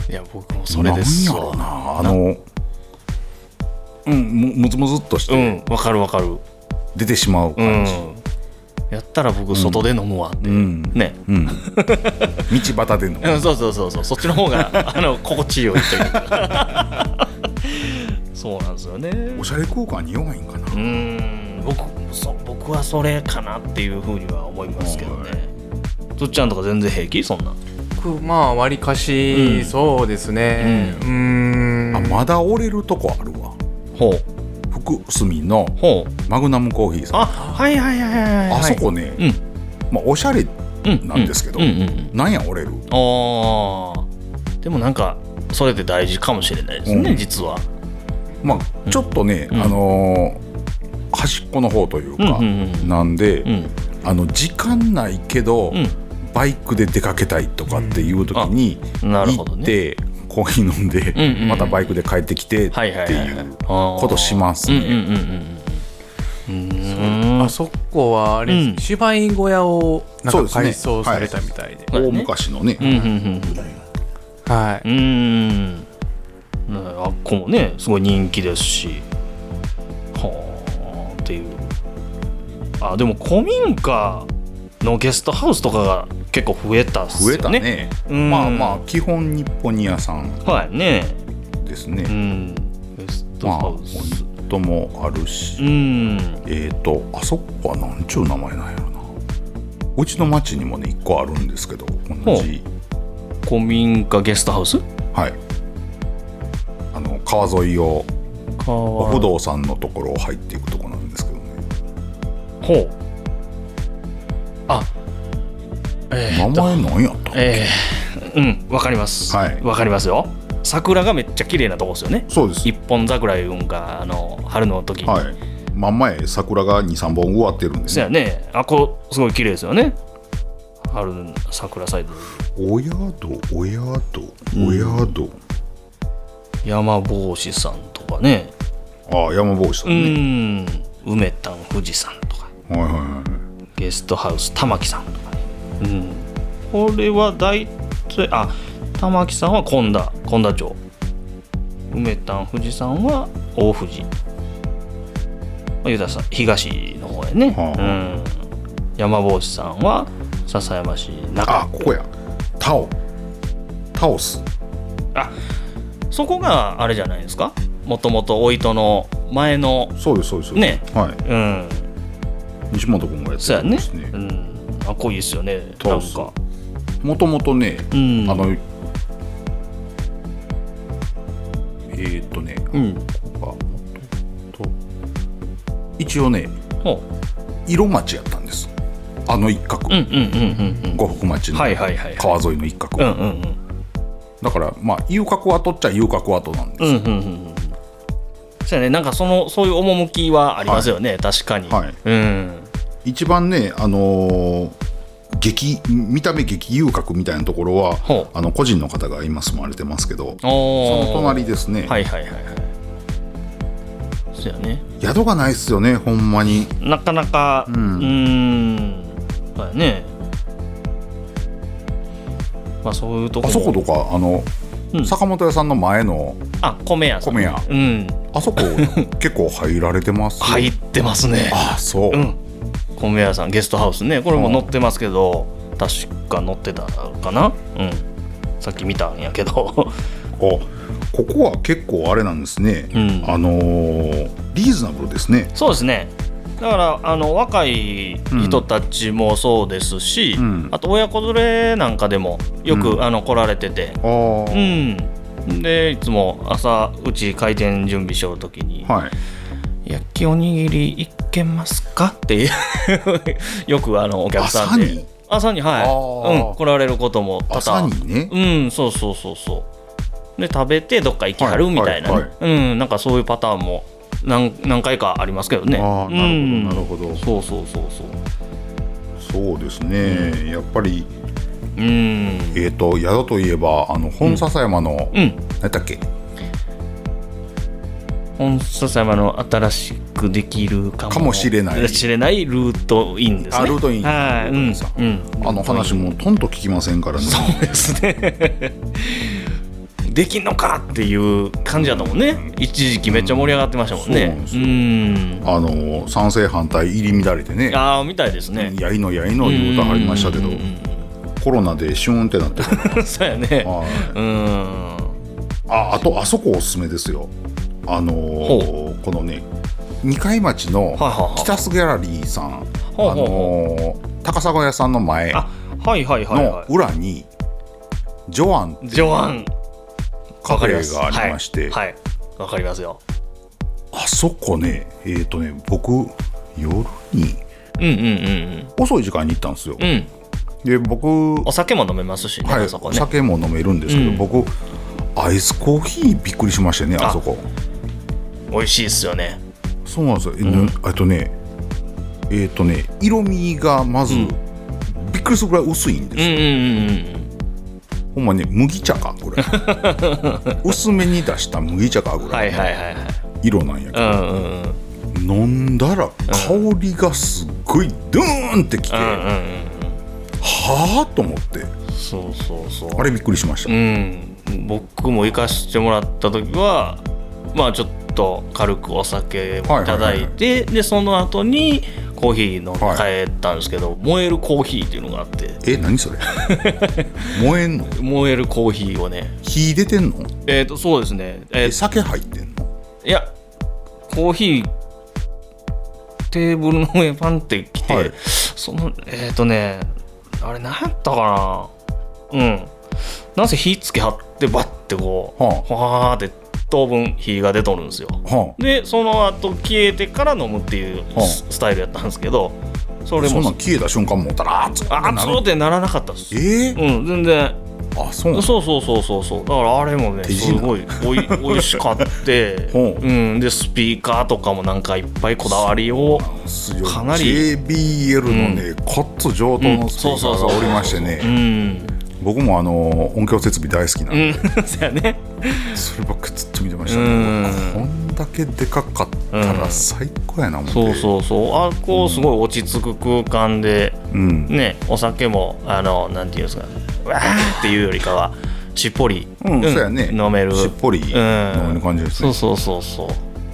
B: いや僕も それです
A: なんやろうなあのうんむむずむずっとし
B: う
A: て
B: んわかるわかる
A: 出てしまう
B: う
A: 感
B: ん
A: じ、
B: やったら僕外で飲むわって、
A: うん
B: ね
A: うん道端での
B: うんそうそうそうそうそっちの方があの心地よいというかそうなんですよね
A: おしゃれ空間に弱いんかな
B: うーん僕そ僕はそれかなっていうふうには思いますけどねとっちゃんとか全然平気そんな
C: 僕まあわりかし、
B: うん
C: そうですねうーん
A: あまだ折れるとこあるわ
B: ほう
A: 福住の
B: ほう
A: マグナムコーヒーさんあ,、
B: あはいはいはいはいはい
A: そこね、
B: うん
A: まあ、おしゃれ
B: うん
A: なんですけど
B: うんうんうん
A: なんや折れる
B: あーでもなんかそれって大事かもしれないですね、
A: うん
B: 実は
A: まあちょっとね、
B: うん
A: あのー端っこの方というか、
B: うんうんうん
A: なんで、
B: うん
A: あの時間ないけど、
B: う
A: バイクで出かけたいとかっていう時に、
B: んなる
A: 行
B: ほど
A: っ
B: ね
A: てコーヒー飲んで、
B: んうんうん
A: またバイクで帰ってきてって
B: はいはいはいいはいうこ
A: ことします
B: うん
A: ね、
B: うんうんうんうんうん
C: あそこはあれです、
B: うん
C: 芝居小屋をな
A: そうんで
C: か
A: すね
C: 改装されたみたいで
B: はい
A: 大昔のね、
B: うんうんうん
C: はい、
B: うーんねあっこもねすごい人気ですしはあっていうあでも古民家のゲストハウスとかが結構増えたっすよ
A: 増えたね
B: うん
A: まあまあ基本日本屋さん
B: はいね
A: ですね、
B: うんゲスト
A: まあ
B: ハ
A: ポ
B: ウ
A: イ
B: ス、
A: ントもあるし、
B: うん
A: えっ、とあそこはなんちゅう名前なんやろなうちの町にもね1個あるんですけど同じ
B: 古民家ゲストハウス
A: はいあの川沿いを
B: お
A: 不動産のところを入っていくとこなんですけどね
B: ほうあえ
A: 名
B: ーっと
A: 前なんやった、
B: えー、うんわかりますわ、
A: はい
B: かりますよ桜がめっちゃ綺麗なとこですよね
A: そうです
B: 一本桜いうんかあの春の時に、
A: はい真ん前桜が23本植わってるんで
B: そ
A: ね
B: やねあこすごい綺麗ですよね春桜サイド
A: お宿お宿お宿、
B: 山帽子さんとかね
A: ああ山帽子さん
B: う
A: ね、
B: ん梅丹富士山とか
A: はいはいはい
B: ゲストハウス玉木さんとかねうんこれは大体あ玉木さんは今田今田町梅丹富士山は大富士まあ言うたらさ東の方やね、
A: はあ
B: うん、山坊主さんは笹山市中
A: あここやタオタオス
B: そこがあれじゃないですかもともとお糸の前の
A: そうですそうです
B: ね
A: はい
B: うん
A: 西本君がやって
B: そう
A: る
B: や
A: ん
B: ね
A: ですね
B: うんあこいいですよね
A: そ
B: な
A: うんそ
B: か
A: もともとね、
B: うん
A: あのえーっとね、
B: うん
A: あもともと一応ね
B: ほ
A: 色町やったんですあの一角、
B: ううんうんうんうんうん
A: 呉服町の
B: はいはいはいはい
A: 川沿いの一角、
B: うんうんうん
A: だからまあ遊郭跡っちゃ遊郭跡なんです、
B: うんうんうんうんそうやねなんかそのそういう趣はありますよね、確かに、
A: はい
B: うん
A: 一番ねあのー激見た目激遊郭みたいなところは
B: ほう
A: あの個人の方が今住まれてますけどそ
B: おー
A: の隣ですね、
B: はいはいはいはいそうやね
A: 宿がないっすよねほんまに
B: なかなかうんーんそうやねまあそういうとこ
A: あ
B: も
A: そことかあの、
B: うん
A: 坂本屋さんの前の
B: あ米屋さん
A: 米屋
B: うん
A: あ そこ結構入られてます
B: 入ってますね
A: あそう、
B: うん米屋さんゲストハウスねこれも載ってますけど確か載ってたかなうんさっき見たんやけど
A: あここは結構あれなんですね、
B: うん
A: あのーリーズナブルですね
B: そうですねだからあの若い人たちもそうですし、
A: うん
B: あと親子連れなんかでもよく、
A: うん
B: あの来られてて
A: ああ、
B: うんでいつも朝うち開店準備しよる時に
A: はい
B: 「焼きおにぎりいけますか?」っていう よくあのお客さん
A: 朝
B: で
A: に
B: 朝に
A: あ
B: はい、
A: ー
B: うん、来られることも多々
A: 朝にね、
B: うんそうそうそうそうで食べてどっか行きはる
A: はい
B: みたいなね、
A: はいはい
B: うんなんかそういうパターンも何何回かありますけどね
A: ああなるほど、
B: うん
A: なるほど
B: そうそうそうそう
A: そうですね、やっぱり
B: うん
A: えっ、と宿といえばあの本笹山の、
B: うん
A: 何だっけ
B: 本笹山の新しくできるかも
A: かもしれない
B: 知れないルートインですね
A: あルートイン
B: はいうん
A: ルートイ
B: うん
A: あの話もとんと聞きませんからね
B: そうですねできん のかっていう感じだったもんね一時期めっちゃ盛り上がってましたもん
A: う
B: ね
A: ん
B: う
A: そうんあのー賛成反対入り乱れてね
B: ああみたいですね
A: やいのやいの言うたはりましたけど
B: うんうんうん
A: コロナでシューンってなってる
B: うん そうやね
A: はい
B: うん
A: ああとあそこおすすめですよあの
B: ほ
A: ーこのね二階町の
B: はいはいはい
A: 北須ギャラリーさん、
B: ほうほうほ
A: あのー高砂屋さんの前
B: あはいはいはい
A: の
B: は
A: 裏にジョアン
B: いジョアン
A: カフ
B: わか
A: ェ
B: す
A: がありまして
B: はいはいわかりますよ
A: あそこねえっ、とね僕夜に
B: うんうんうん
A: 遅い時間に行ったんですよ、
B: うんうん
A: で僕
B: お酒も飲めますしね
A: はい、
B: あそこ
A: お
B: ね
A: 酒も飲めるんですけど、
B: うん
A: 僕アイスコーヒーびっくりしましたねあそこ
B: 美味しいっすよね
A: そうなんですよ、えあとねえっ、とね色味がまず、
B: うん
A: びっくりするぐらい薄いんで
B: う
A: す
B: んう
A: よ、
B: んうんうん
A: ほんまね麦茶か ぐらい薄めに出した麦茶かぐ
B: は
A: ら
B: い
A: いの
B: はいはいはい
A: 色なんやけ
B: う
A: ど、
B: んうんうん
A: 飲んだら香りがすっごいドゥーンってきて、
B: うんうん
A: はあと思って
B: うんそうそうそう
A: あれびっくりしました、
B: うん僕も行かしてもらった時はまあちょっと軽くお酒をいただいて、でその後にコーヒー飲んで帰ったんですけど、燃えるコーヒーっていうのがあって
A: え何それ燃えんの
B: 燃えるコーヒーをね
A: 火出てんの
B: えっ、とそうですねえ
A: え
B: ー
A: 酒入ってんの
B: いやコーヒーテーブルの上にパンってきて、
A: はい
B: そのえっ、とねあれ何やったかなうんなんせ火つけはってバッてこう
A: は
B: わーって当分火が出とるんですよ
A: はあ
B: でその後消えてから飲むっていう
A: はあ
B: ススタイルやったんですけどそれ
A: そんなん
B: も
A: 消えた瞬間もうたらーっつって
B: あ
A: な
B: 熱っ
A: る
B: てならなかったです
A: えー
B: うん全然
A: あそうなん
B: そうそうそうそうそうだからあれもね
A: 手
B: す
A: 品
B: ごい おいおいしかって
A: ほう
B: うん、でスピーカーとかもなんかいっぱいこだわりを
A: ですよ
B: かなり
A: JBL のねコッツ上等のスピーカーがおりまして
B: う
A: ね
B: ん
A: 僕もあの音響設備大好きなん
B: う
A: で
B: んそうやね
A: そればっかずっと見てました
B: うん
A: ねこんだけでかかったら最高やな思って
B: そうそうそうあこうすごい落ち着く空間で
A: うん
B: ねお酒もあのなんていうんですかわーっていうよりかはしっぽり、
A: うんそうやね
B: 飲める
A: しっぽり
B: うん
A: 飲める感じですね
B: そうそうそうそう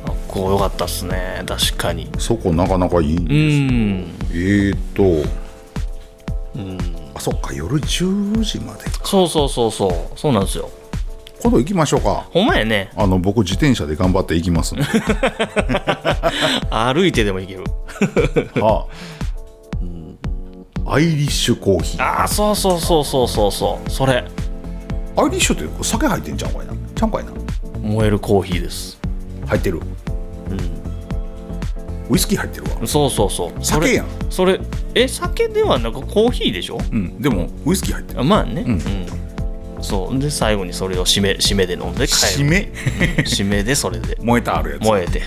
B: あこう良かったっすね確かに
A: そこなかなかいいん
B: う
A: です、
B: ん
A: えーっと
B: うん
A: あそっか夜10時までか
B: そうそうそうそうそうなんですよ
A: 今度行きましょうか
B: ほんまやね
A: あの僕自転車で頑張って行きますんで
B: 歩いてでも行ける
A: はあアイリッシュコーヒー
B: ああそうそうそうそうそうそうそれ
A: アイリッシュって酒入ってんちゃうんかいなちゃうんかいな
B: 燃えるコーヒーです
A: 入ってるウイスキー入ってるわ
B: そうそうそうそれ
A: 酒やん
B: それえ酒ではなくコーヒーでしょ
A: うんでもウイスキー入ってる
B: あまあね
A: ん
B: うんそうで最後にそれを締め締めで飲んで帰
A: 締
B: る
A: め
B: 締めでそれで
A: 燃えたあるやつ
B: 燃 えて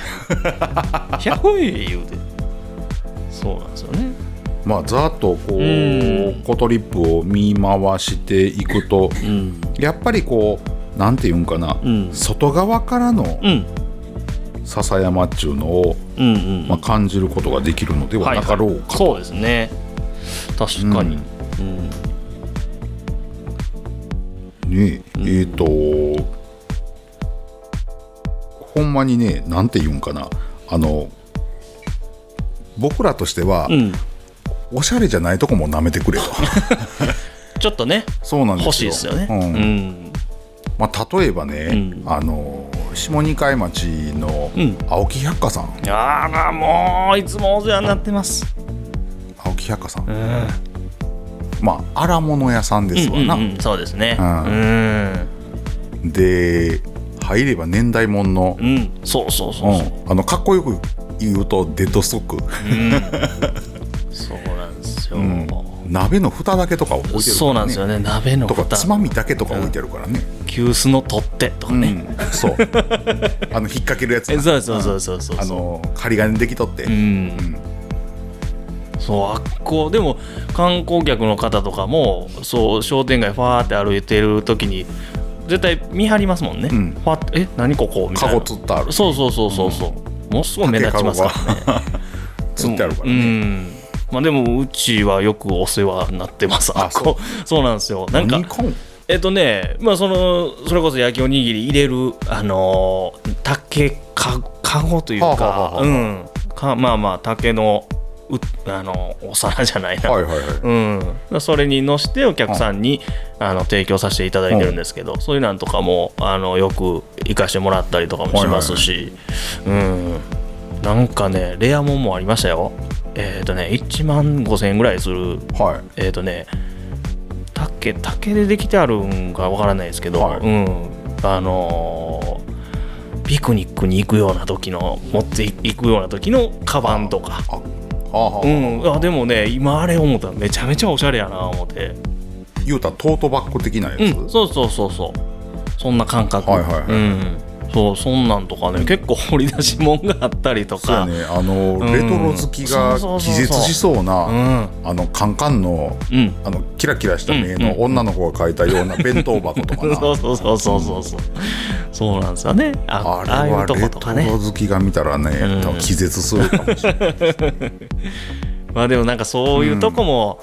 B: 「ひゃほい!」言うてそうなんですよね
A: まあざっとこ
B: う
A: うコトリップを見回していくと
B: うん
A: やっぱりこうなんていうんかな、
B: ん
A: 外側からの
B: うん
A: 笹山っちゅうのを、
B: うんうん
A: まあ、感じることができるのではなかろうか、
B: そうですね確かにうん
A: ねえっ、とほんまにねなんていうんかなあの僕らとしては、
B: うん
A: おしゃれじゃないとこも舐めて くれと
B: ちょっとね
A: そうなんですよ
B: 欲しいですよね
A: うん
B: うん
A: まあ、例えばね、
B: うん
A: あの下二階町の
B: うん
A: 青木百貨さん、
B: あらもういつもお世話になってます
A: 青木百貨さん、
B: うん
A: まあ荒物屋さんですわな、
B: うんうんうんそうですね
A: う
B: うんん
A: で入れば年代物の
B: う、んそうそうそうそう
A: うんあのかっこよく言うとデッドストック、
B: うんそうなんですよ
A: うん鍋の蓋だけとか置いてるから、ね、
B: そうなんですよね鍋の
A: とか
B: 蓋
A: つまみだけとか置いてあるからね、
B: 急須の取っ手とか
A: うん
B: ね
A: そう あの引っ掛けるやつ
B: え
A: な
B: そうそうそうそうそう
A: あの針金できとって、
B: うんそうあっこでも観光客の方とかもそう商店街ファーって歩いてる時に絶対見張りますもんね、
A: うん
B: ファーってえ何ここみたい
A: カ
B: な
A: ゴつってある
B: そうそうそうそうそう、ものすごい目立ちますからね
A: 釣ってあるから
B: う
A: ね、
B: んまあでもうちはよくお世話になってます
A: あ
B: あっこ そうなんですよなんか
A: 何買うん
B: えっとねまあそのそれこそ焼きおにぎり入れるあのー竹かかごというか、
A: はあはあはあはあ
B: うんかまあまあ竹のうあのお皿じゃないな、
A: はいはいはい
B: うん、それにのしてお客さんに、あの提供させていただいてるんですけど、そういうなんとかもあのよく行かしてもらったりとかもしますし、うん、なんかねレアもんもありましたよえっ、とね1万5000円ぐらいする
A: はい
B: えっ、とね竹竹でできてあるんかわからないですけど、
A: はい
B: うんあのーピクニックに行くような時の持っていくような時のカバンとか
A: あはあはあ、
B: うん、あでもね今あれ思ったらめちゃめちゃおしゃれやな思って
A: 言うたらトートバッグ的なやつ、
B: うんそうそうそうそうそんな感覚
A: はいはいはい
B: うんそうそんなんとかね結構掘り出し物があったりと
A: そうや
B: か
A: ねあの、
B: うん
A: レトロ好きが
B: そう
A: 気
B: そうそうそう
A: 絶しそうなあのカンカンの
B: うんうん
A: あのキラキラした目
B: うんうん
A: の女の子が描いたような弁当箱とかな、
B: そうそうそうそうそうそうそうなんですよねあ
A: あ
B: ああ
A: れ
B: い
A: は
B: うとこ
A: レ
B: と
A: ト
B: か
A: ロ
B: ね
A: 好きが見たらね、
B: うん
A: 多分気絶 するかもしれない
B: まあでもなんかそういうとこも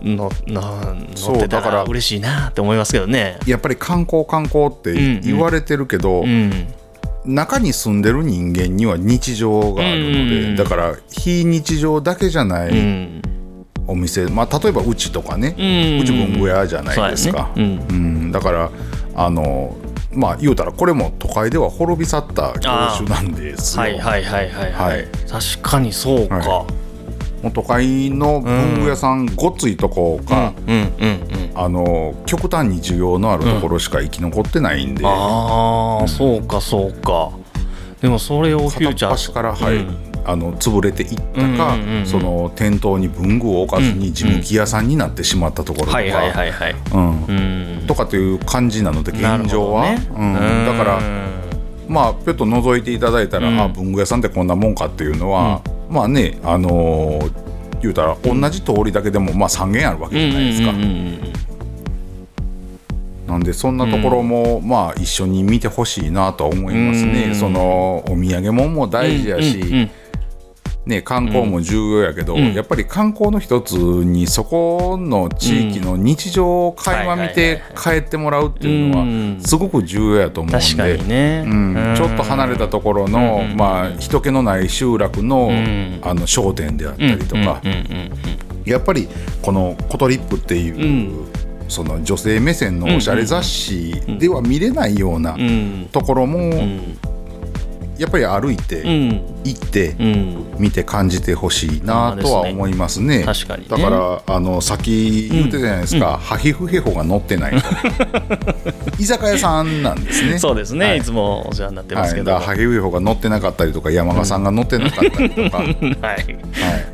B: のの
A: そう
B: 乗ってた
A: だからら
B: 嬉しいなって思いますけどね
A: やっぱり観光観光って言われてるけど、
B: うん
A: 中に住んでる人間には日常があるので、
B: うんうん
A: だから非日常だけじゃな
B: う
A: い
B: ん
A: お店、まあ、例えばうちとかね、
B: うんうん
A: うち文具屋じゃないですか。
B: そうやね
A: うんだからあのまあ言うたらこれも都会では滅び去った業種なんですよ、
B: はいはいはいはいは
A: はい
B: い確かにそうか
A: はもう都会の文具屋さん、ごっついとこか、
B: うんうんうん
A: あの極端に需要のあるところしか生き残ってないんで、
B: ああ、そうかそうかでもそれをフューチ
A: 片
B: ャ
A: っ
B: ー
A: 端から、はい
B: うん
A: あの潰れていったか、
B: うんうんうんうん
A: その店頭に文具を置かず
B: う
A: に
B: ん
A: 地向き屋さんになってしまったところとか、
B: はいはいはいはい
A: うん
B: うん
A: とかという感じなので
B: なる
A: 現
B: ほ
A: 状
B: ど
A: は、
B: ね
A: うんだからまあペット覗いていただいたら、
B: うん
A: あ文具屋さんってこんなもんかっていうのは、まあねあのー言うたら同じ通りだけでもまあ3軒あるわけ
B: うん
A: じゃないですか、
B: うんうんうんうん
A: なんでそんなところも、まあ一緒に見てほしいなとは思いますね、
B: うん
A: そのお土産もも大事やし、
B: うんうん
A: ね、観光も重要やけど、
B: ん
A: やっぱり観光の一つにそこの地域の日常を垣間見て帰ってもらうっていう
B: う
A: の
B: ん
A: はすごく重要やと思うんで。
B: 確かにね、
A: うん、ちょっと離れたところの、まあ、人気のない集落の,、
B: ん
A: あの商店であったりとか、
B: うんうんうん
A: やっぱりこの「コトリップ」っていう、
B: ん
A: その女性目線のおしゃれ雑誌では見れないような
B: うん
A: ところも、
B: うん
A: やっぱり歩い
B: うんう
A: て
B: ん
A: 行って。
B: うん
A: 見て感じてほしいなとは思いますね。
B: まあですね確かに
A: だ
B: ね
A: からあの先言ってたじゃないですか、ハヒフヘホが乗って ないと居酒屋さんなんですね。
B: そうですね、
A: はい
B: い、つもお世話になってま
A: はい、
B: すけ
A: だ
B: ど、
A: から
B: はい
A: 萩上穂が乗ってなかったりとか山賀さんが乗ってなかったりとか、はい、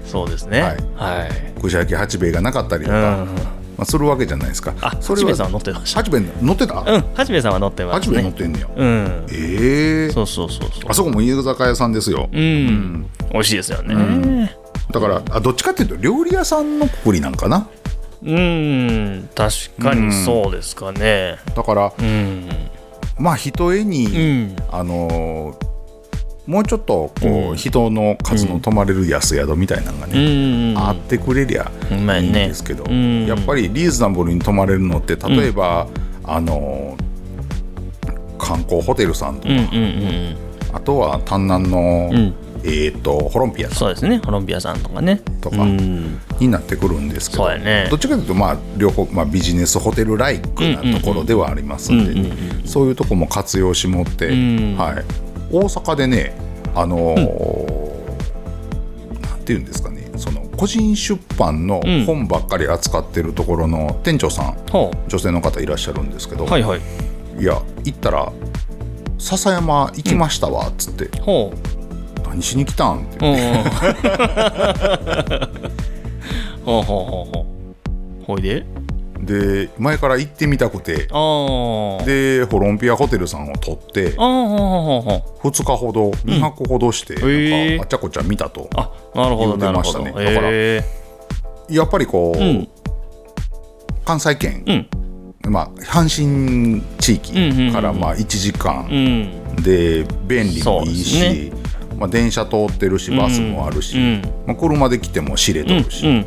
B: そうですね、
A: は
B: はいい、
A: 串焼き八兵衛がなかったりと
B: うん
A: か、まあ、するわけじゃないですか
B: あ、
A: そ
B: 八
A: れ
B: 兵衛
A: は
B: さんは乗ってました。
A: 八兵衛乗ってた、
B: うん、八兵衛さんは乗ってま
A: 八
B: す
A: 兵衛乗っ
B: ね。
A: てんねや、
B: うん、
A: ええ
B: そうそうそうそう。
A: あそこも居酒屋さんですよ、
B: うん、美味しいですよね。
A: だからあどっちかっていうと料理屋さんのくくりなんかな
B: うん、確かにそうですかね。
A: だから
B: うん、
A: まあ一重に、
B: うん、
A: あのーもうちょっとこう、人の数の泊まれる安宿みたいなのが
B: う
A: ね、
B: ん、
A: あってくれりゃ
B: うま
A: いい
B: い
A: ん
B: ね
A: ですけど、
B: うん
A: やっぱりリーズナブルに泊まれるのって例えば、あの観光ホテルさんと
B: う
A: か、
B: ん、うん、うん、
A: あとは丹南の、
B: うん
A: えっ、とホロンピアさ
B: そうですね。コロンビアさんとかね。
A: とか
B: うん、
A: んになってくるんですけど、
B: そうやね
A: どっちかというとまあ両方、まあ、ビジネスホテルライクなところではありますんで、
B: うんうん
A: そういうとこも活用しもって、
B: ん
A: はい、大阪でねあのーなんていうんですかねその個人出版の
B: ん
A: 本ばっかり扱ってるところの店長さん、
B: ほ
A: 女性の方いらっしゃるんですけど、
B: う、はい、はい、
A: いや行ったら「笹山行きましたわ」っつって
B: ほう。
A: 「何しに来たん?」って
B: うんうんほうほうほうほうほいで
A: で前から行ってみたくて
B: あー
A: でホロンピアホテルさんを取って
B: あーほうほうほうほ
A: 2日ほど2泊ほどして、
B: へ
A: なんかあ
B: ー
A: ちゃこちゃ見たと
B: うあなるほどなるほど、
A: 言うてましたねだから
B: え
A: やっぱりこう、
B: うん
A: 関西圏、
B: うん
A: まあ、阪神地
B: う
A: 域
B: んうんうん
A: からまあ1時間
B: えうん
A: で便利もいい
B: そう
A: し、まあ、電車通ってるしバスもあるし、
B: うん
A: まあ、車で来ても知れとるし、
B: うん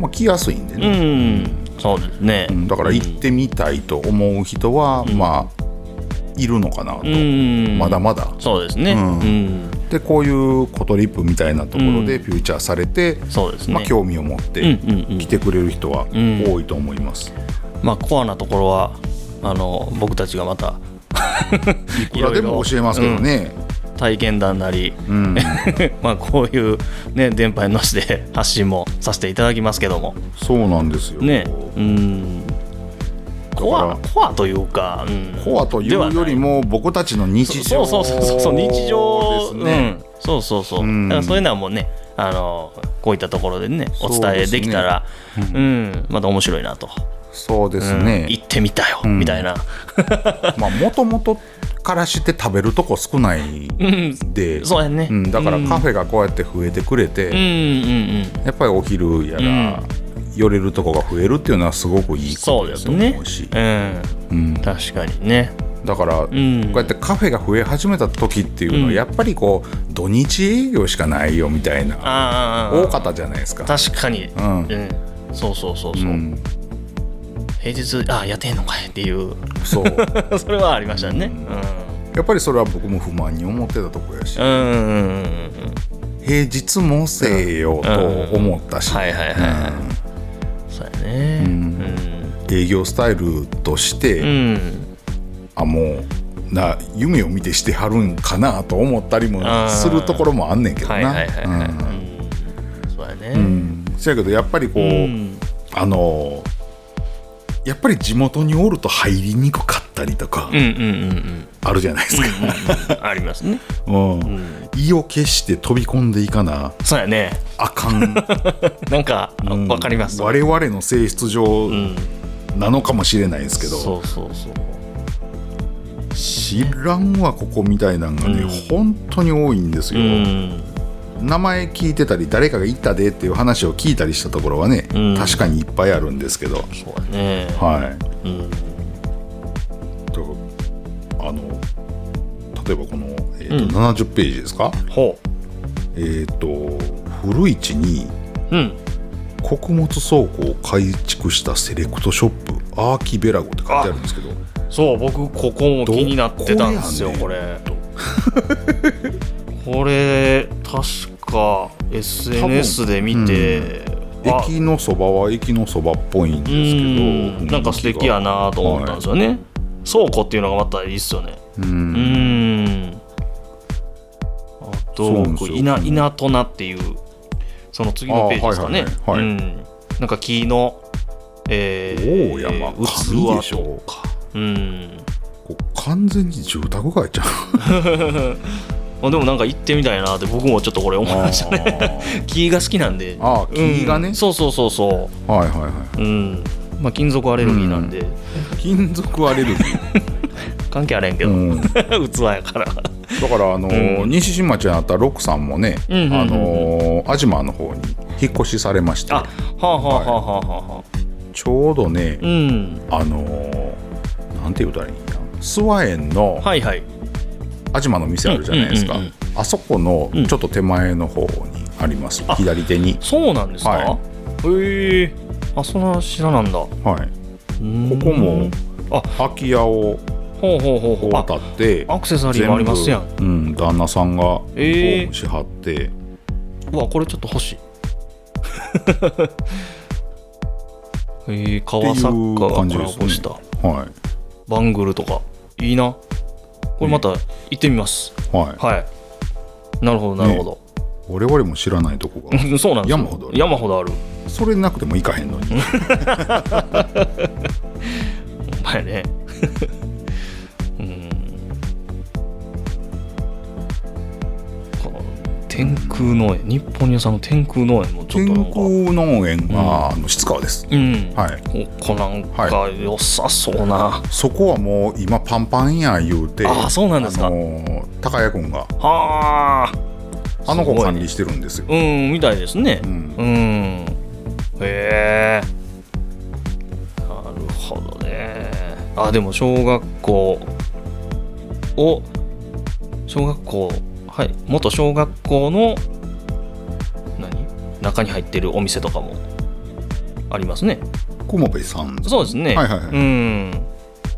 A: まあ、来やすいんでね
B: う、んそうですね、
A: うんだから行ってみたいと思う人は、まあいるのかなと、
B: うん
A: まだまだ
B: そうですね
A: ん
B: うん、
A: でこういうコトリップみたいなところで
B: う
A: フューチャーされて、
B: そうですね
A: まあ、興味を持って
B: うんうんうん
A: 来てくれる人は
B: ん
A: 多いと思います、
B: まあコアなところはあの僕たちがまた
A: いくらでも教えますけどね、
B: 体験談なり
A: うん、
B: まあこういうね電波に乗せて発信もさせていただきますけども
A: そうなんですよ、
B: ねうんコアコアというか、うん
A: コアというよりも僕たちの日
B: そ
A: 常
B: うそうそうそうそう日常
A: ですね、
B: うん、そうそうそう、
A: うん
B: だからそういうのはもうねあのこういったところでねお
A: そう
B: 伝
A: で
B: え
A: すね
B: できたらう、ん、また面白いなと、
A: そうです
B: うん
A: ね
B: 行、ってみたよ、みたいな、
A: まあもともとからして食べるとこ少ない
B: うん、
A: で、
B: そうやね、
A: うん、だからカ
B: フ
A: フェがこうやって増えてくれ
B: うん
A: て、
B: うんうん
A: やっぱりお昼やら、寄れるとこが増えるっていうのはすごくいいこ
B: そう
A: とや
B: です
A: と思
B: ね
A: うし
B: うん
A: うん
B: 確かにね
A: だから、
B: ん
A: こうやってカフェが増え始めた時っていうのは、
B: うん
A: やっぱりこう土日営業しかないよみたいな
B: ああ
A: 多かったじゃないですか。
B: 確かに、
A: うん
B: うん、そうそうそうそう、
A: うん
B: 平日ああやってんのかいっていう
A: そうや
B: それはありましたね。
A: っぱりそれは僕も不満に思ってたとこやし
B: うん。うんうんうんうん。
A: 平日もせえよと思ったし、
B: はいはいはい。そうやね。うん。
A: 営業スタイルとして、
B: うん。
A: あもうな夢を見てしてはるんかなと思ったりも
B: あー
A: するところもあんねんけど
B: はいはいはい
A: ない
B: は。
A: うん。
B: うんそうや
A: う
B: ね。
A: んそやけどやっぱりこう、
B: うん。
A: あのやっぱり地元におると入りにくかったりとか
B: うんうんうん
A: あるじゃないですか、
B: うん。ありますね。
A: うん
B: ん
A: 意を決して飛び込んでいかな
B: そうやね。
A: あかん、
B: なんか
A: う
B: あ
A: ん
B: わかります。
A: 我々の性質上
B: うん。
A: なのかもしれないですけど、
B: そうそうそう。
A: 知らんわここみたいなのがね、
B: うん
A: 本当に多いんです
B: う
A: よ、
B: ん。
A: 名前聞いてたり誰かが行ったでっていう話を聞いたりしたところはね、
B: うん
A: 確かにいっぱいあるんですけど
B: そうやね。
A: はい
B: うん。
A: だからあの例えばこの、えーと
B: うん
A: 70ページですか
B: ほ
A: えっ、と古市に
B: うん
A: 穀物倉庫を改築したセレクトショップアーキベラゴって書いてあるんですけど
B: そう僕ここも気になってたんですよ
A: ど
B: こ
A: こ
B: れこれ確か SNS で見て、あ
A: 駅のそばは駅のそばっぽいんで
B: う
A: すけど
B: んなんか素敵やなと思ったんですよね、倉庫っていうのがまたいいっすよね
A: う
B: うん
A: ん
B: あ
A: そう
B: と
A: なんです
B: こ
A: よ
B: う稲稲となっていうその次のページですかね
A: あはいはいはいはい
B: うんなんか木のえー、
A: 大山紙で
B: 器
A: しょ
B: とかうん
A: こう完全に住宅街じゃん
B: まあ、でもなんか行ってみたいなって僕もちょっとこれ思いましたね木が好きなんで
A: あー木がね
B: うんそうそうそうそ
A: はいはいは
B: ううんまあ金属アレルギーなんで、
A: い金属アレ ルギー、
B: 関係あれへんけど、
A: うん、だ
B: 器やか
A: から
B: ら
A: あのー、
B: うん
A: 西新町にあった六さんもね、
B: うんうんうんうん
A: あのー安島の方に引っ越しされまし
B: あ
A: て
B: はあはあはあはあはあ
A: ちょうどね、
B: うん
A: あのーなんて言うたらいいんだ諏訪園の
B: はいはい
A: 安島の店あるじゃないですか、
B: うんうんうん
A: あそこの
B: うん
A: ちょっと手前の方にあります、
B: あ
A: 左手に、
B: そうなんですか、
A: は
B: へえあそんな知らなんだこ
A: はい、
B: こ
A: ここも
B: あ
A: 空き家を
B: ほうほうほうほうあ
A: 渡って
B: アクセサリーもありますやん
A: 全部うん、旦那さんがリフォ
B: えー
A: ームしはって、
B: うわこれちょっと 欲しいえー、川サッカーがコラボした
A: は
B: バングルとかいいなこれまた行ってみます、
A: いはい、
B: はいなるほどなるほど、
A: 我々も知らないとこが
B: そうなんですよ
A: 山ほどある
B: 山ほどある
A: それなくても行かへんのに
B: お 前ねうんこの天空農園日本にさんの天空農園もちょっ
A: 天
B: となんか
A: 空農園が、あの質川です、
B: うん、
A: はい
B: ここなんか良さそうな、
A: そこはもう今パンパンや言うて
B: ああそうなんですか
A: あのー高谷君が
B: はあ
A: あの子
B: すごい
A: 管理してるんですよ
B: うんみたいですね
A: うん
B: うん、へえなるほどねあでも小学校を小学校はい元小学校の何中に入ってるお店とかもありますね
A: 雲部さん
B: そうですね
A: はいはいはい
B: うん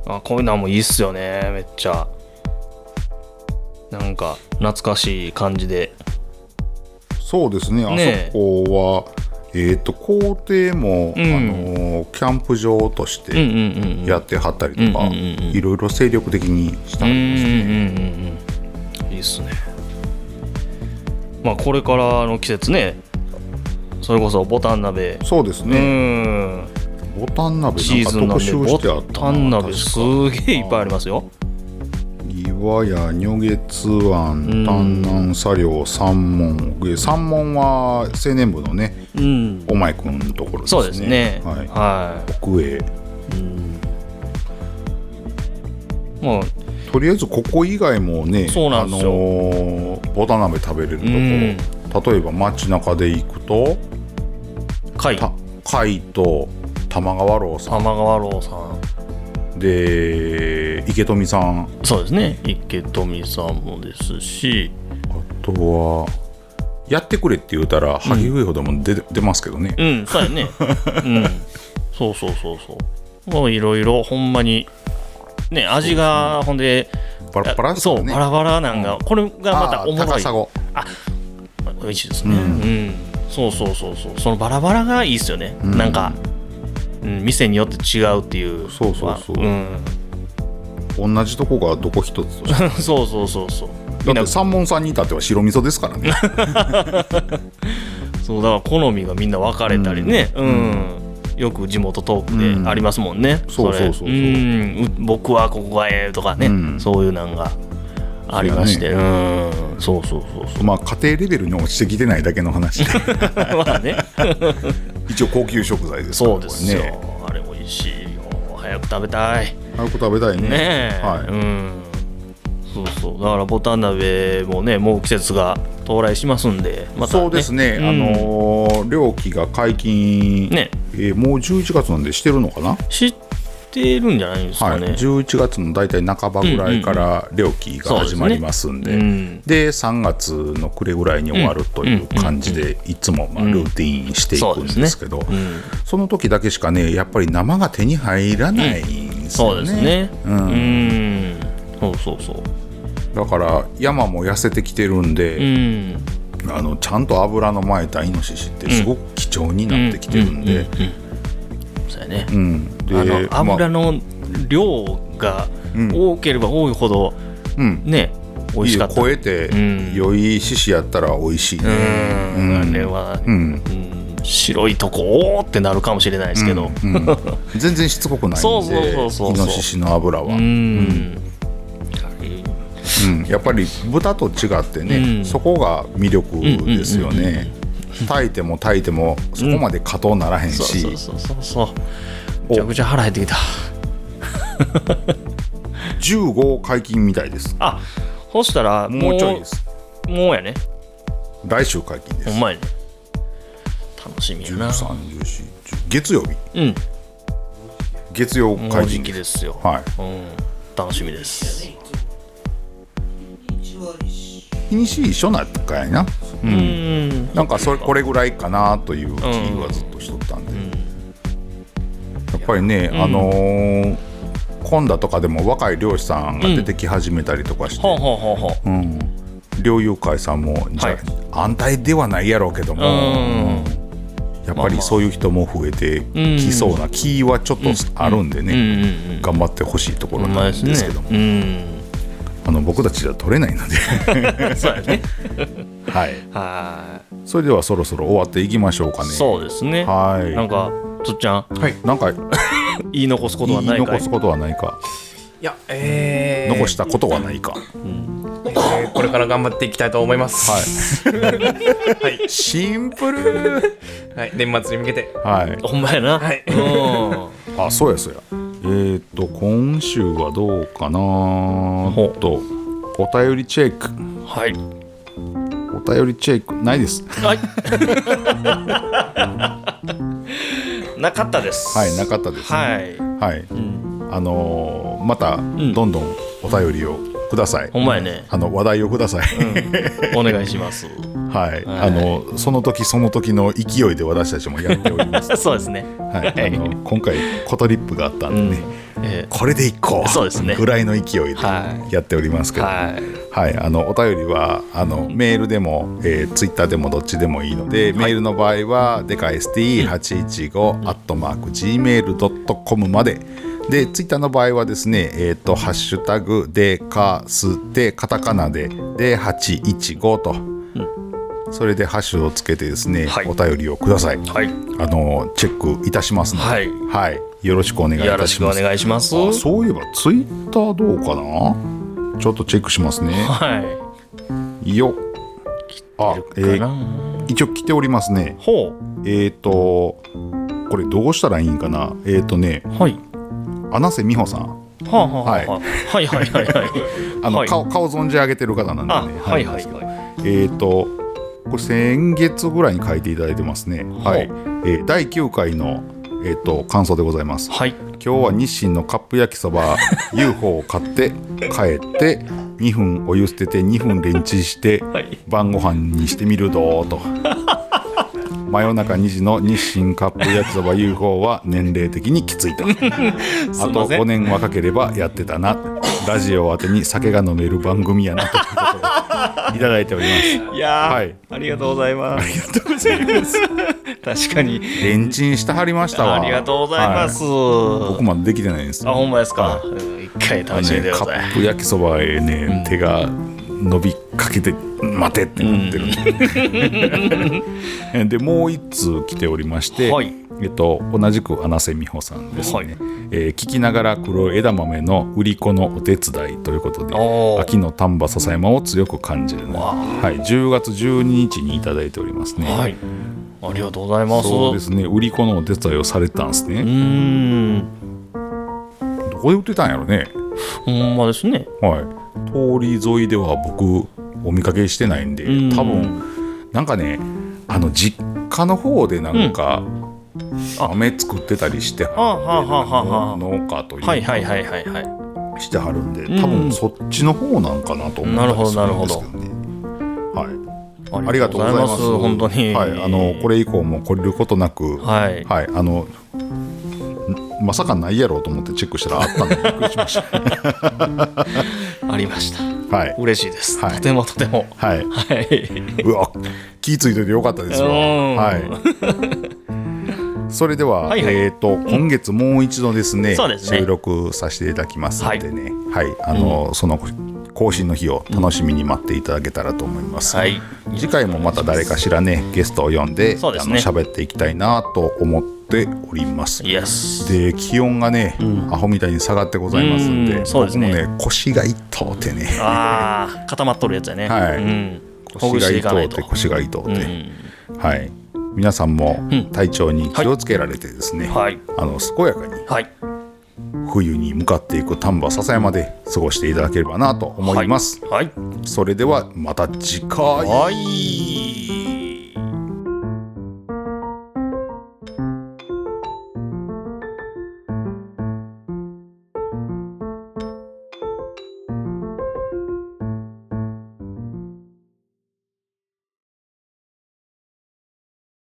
B: あこういうのはもういいっすよねめっちゃなんか懐かしい感じで
A: そうですね
B: ねえ
A: あそこはえっ、と校庭も、
B: うん
A: あのーキャンプ場とし
B: うんう
A: て
B: んうんうん
A: やってはったりとか、
B: うんうんうんうん
A: いろいろ精力的にした
B: うんうん
A: んです
B: うんうんいいっすねまあこれからの季節ねそれこそボタン鍋
A: そうです
B: う
A: ね、
B: ん
A: ボタン鍋
B: シー
A: なん
B: ズン
A: か
B: なん
A: 特
B: で
A: 集
B: ボ
A: してあった
B: タン鍋すげえいっぱいありますよ
A: 岩屋如月湾丹南茶寮三門え三門は青年部のね
B: うん
A: お前くんのところですね
B: そうですね
A: はい、
B: は
A: 奥へ
B: いうんまあ
A: とりあえずここ以外もね
B: そうなんですよ
A: あのーボタン鍋食べれ
B: うん
A: るところ例えば街中で行くと
B: 貝
A: た海と玉川楼さ
B: 玉川楼さん
A: んで池富さん
B: そうですね池富さんもですし
A: あとはやってくれって言うたら萩上ほども出,、出ますけどね
B: うんそうや ねうんそうそうそうそうもういろいろほんまにね味がほんで
A: バラバラっす
B: そ
A: よ
B: う
A: ね
B: バラバラなんが、これがまたおも
A: あー
B: ろ
A: 高
B: い
A: 砂
B: 美味しいですね
A: う
B: うんん、そうそうそうそうそのバラバラがいいですよね、
A: うん
B: なんか、うん、店によって違うっていう
A: そうそうそう
B: まあうん、
A: 同じとこがどこ一つとして
B: そうそうそうそう
A: だっ
B: みんな
A: て三門さんに至っては白味噌ですからね
B: そうだから好みがみんな分かれたりね、うんよく地元トークでありますもんね、
A: そう
B: れ
A: そうそうそうん
B: う僕はここがええとかね、
A: うん
B: そういうなんがありまして,、
A: そう
B: んそうそうそうそ
A: まあ家庭レベルに落ちてきてないだけの話で
B: う まあね
A: 一応高級食材ですから
B: そうです よ、
A: これね
B: あれ美味しいよ早く食べたい
A: 早く食べたいね
B: ねえ、
A: はい
B: うんそうそうだからボタン鍋もねもう季節が到来しますんでまた、ね、
A: そうですね、
B: うん
A: あのー、料金が解禁、
B: ね
A: えーもう11月なんでしてるのかな
B: 知ってるんじゃないです
A: は
B: か
A: い、
B: ね。
A: 11月の大体半ばぐらいから料金が始まりますんで、
B: そうですねうん
A: で3月の暮れぐらいに終わるという感じで、いつもまあルーティンしていくんですけど、そ
B: うん
A: の時だけしかね、やっぱり生が手に入らないんです
B: そ
A: よね。
B: うですね。
A: う
B: うんん。そうそうそう。
A: だから山も痩せてきてるん
B: う
A: で、
B: ん。
A: あのちゃんと油のまいたイノシシってすごく貴重になってきてるんで、
B: そうやね。
A: うんで
B: あの
A: まあ
B: 油の量が多ければ多いほど、
A: うん
B: ね、美味しかった。
A: 超えて
B: ん
A: 良い獅子やったら美味しいね。
B: うん。あれは、
A: うん
B: うん白いとこおーってなるかもしれないですけど。
A: うん全然しつこくないんで
B: そうそうそうそうそう
A: イノシシの油は、
B: う
A: うん
B: ん。
A: やっぱり豚と違ってね、
B: うん
A: そこが魅力ですよね、炊いても炊いてもそこまで加糖ならへん
B: そう
A: し、
B: そうそうそうそう。めちゃくちゃ腹減ってきた。
A: 15解禁みたいです
B: あ、そしたらもう
A: もうちょいです
B: もうやね。
A: 来週解禁で
B: ほ
A: す
B: んまやね。楽しみやな。
A: 1314月曜日
B: うん。
A: 月曜
B: もう
A: 解
B: じ
A: 禁
B: きですよ。
A: は
B: うん。楽しみです。
A: い日にち一緒なんかやな
B: うん。
A: なんかそれこれぐらいかなという気はずっとしとったんで、やっぱりね、あのーコンダとかでも若い漁師さんが出てき始めたりとかして、
B: ほうほうほうほ
A: う
B: う。
A: ん猟友会さんもじゃあ、
B: はい
A: 安泰ではないやろうけども、
B: うん
A: やっぱりそういう人も増えてきそうな気はちょっとあるんで
B: うん
A: ね、
B: うんうん。
A: 頑張ってほしいところなんですけども、
B: うん。
A: あの僕たちでは取れないので、
B: そうやね。
A: はい、
B: はーい。
A: それではそろそろ終わっていきましょうかね。
B: そうですね。
A: はい
B: なんか、つっちゃん、
C: はい
A: なんか
B: 言い残すことは
A: 言い
B: ないか
A: 残
B: い
A: すことはないか
C: いや、えー、
A: 残したことはないか、
C: えーこれから頑張っていきたいと思います。
A: はい、シンプル
C: はい、年末に向けて。
A: はい
B: ほんまやな。
C: はい
B: うん。
A: あそうやそうやえーっと今週はどうかなおっとお便りチェック
B: はい。
A: お便りチェックないです
B: はい。なかったです。
A: はいなかったですね
B: はい。
A: はい、あのーまたどんどんお便りをください、
B: ほんまやね。
A: あの話題をください、
B: お願いします。
A: はい、あのその時その時の勢いで私たちもやっております
B: そうですね。
A: はいあの今回コトリップがあったんでね、
B: え
A: これでいこう
B: そうですね
A: ぐらいの勢いで
B: は
A: やっておりますけ
B: ー
A: ど、
B: はい。
A: はい、あのお便りはあのメールでも、えー、ツイッターでもどっちでもいいので、メールの場合はでか ST815 アットマーク Gmail.com まででツイッターの場合はですね、えー、とハッシュタグでかすてカタカナでで815と、それでハッシュをつけてですね、
B: はい
A: お便りをください、
B: はい。
A: あのチェックいたしますので、
B: はい
A: はいよろしくお願いい
B: よろ
A: た
B: し
A: し
B: くお
A: ます。
B: 願いします。
A: あそういえばツイッターどうかなちょっとチェックしますね。
B: はい
A: よっあ、え。
B: か
A: ー、
B: な。
A: 一応来ておりますね
B: ほ
A: えっ、とこれどうしたらいいんかなえっ、とね
B: う。はい。
A: 穴瀬美穂さん
B: はあ、はあ、はあ。はいはいはいはい。
A: あの、
B: はい
A: 顔顔存じ上げてる方なん
B: あ、
A: でね
B: はいはいはい。
A: えっ、とこれ先月ぐらいに書いていただいてますねはい、えー第9回のえっ、と感想でございます
B: はい。
A: 今日は日清のカップ焼きそ ば UFO を買って帰って2分お湯捨てて2分レンチンして、
B: はい
A: 晩ご飯にしてみるど ーと真夜中2時の日清カップ焼きそば UFO は年齢的にきつ いとあと5年若ければやってたなラジオを当てに酒が飲める番組やなということ をいただいておりま
B: いやー、
A: はい
B: ありがとうございます。ありがとうございます。 確かに。
A: すレンチンしてはりましたわ
B: ありがとうございます。
A: は僕まだできてないんです
B: あ、ほんまですか。
A: は
B: うん一回
A: あの
B: 楽しん
A: ね
B: でく
A: カ
B: ださい
A: ッ。プ焼きそばへね、手が伸びかけて待てってなってる、 でもう一通来ておりまして、
B: はい
A: えっと、同じく穴瀬美穂さんですね、
B: はい
A: えー聞きながら黒枝豆の売り子のお手伝いということで
B: おー
A: 秋の丹波篠山を強く感じるね、
B: わ
A: はい、10月12日にいただいておりますね、
B: はい。ありがとうございます。
A: そうですね売り子のお手伝いをされてたんです
B: う
A: ね、
B: ーん。
A: どこで売ってたんやろね
B: ほんまですね。
A: はい、通り沿いでは僕お見かけしてないんで
B: うん
A: 多分なんかねあの実家の方でなんか、
B: あ
A: 豆作ってたりしては
B: あはあはあはあはあ
A: 農家という
B: はいはいはいはいはい
A: してはるんで
B: ん
A: 多分そっちの方なんかなと思ったりするんですけどね。はい、ありがとうございます。
B: 本当に。
A: はい、あのこれ以降もこれることなく、
B: はい
A: あのまさかないやろうと思ってチェックしたらあったん でびっくりしました。
B: ありました。
A: はい、
B: 嬉しいです。
A: はい
B: とてもとても。
A: はい、
B: はい。
A: うわ、気ついててよかったですよ。
B: うん
A: はい。それでは、
B: はいはい
A: えっ、と、今月もう一度ですね、
B: そうですね
A: 収録させていただきますのでね、はい、あの、その更新の日を楽しみに待っていただけたらと思います。
B: はい
A: 次回もまた誰かしらね、ゲストを呼んで、
B: そうですね
A: あの喋っていきたいなと思っております。
B: イエス。
A: で気温がね、アホみたいに下がってございますんで
B: うんそうですね
A: 僕もね腰が痛うてね
B: ああ、固まっとるやつやね。
A: はい
B: うん。ほぐ
A: 腰
B: し
A: が
B: ていかな
A: 痛
B: いうと
A: て。腰が痛う
B: う
A: て、
B: ん
A: はい、皆さんも
B: ん
A: 体調に気をつけられてですね、
B: はい
A: あの健やかに
B: はい。
A: 冬に向かっていく丹波篠山で過ごしていただければなと思います、
B: はい。
A: それではまた次回
B: はい。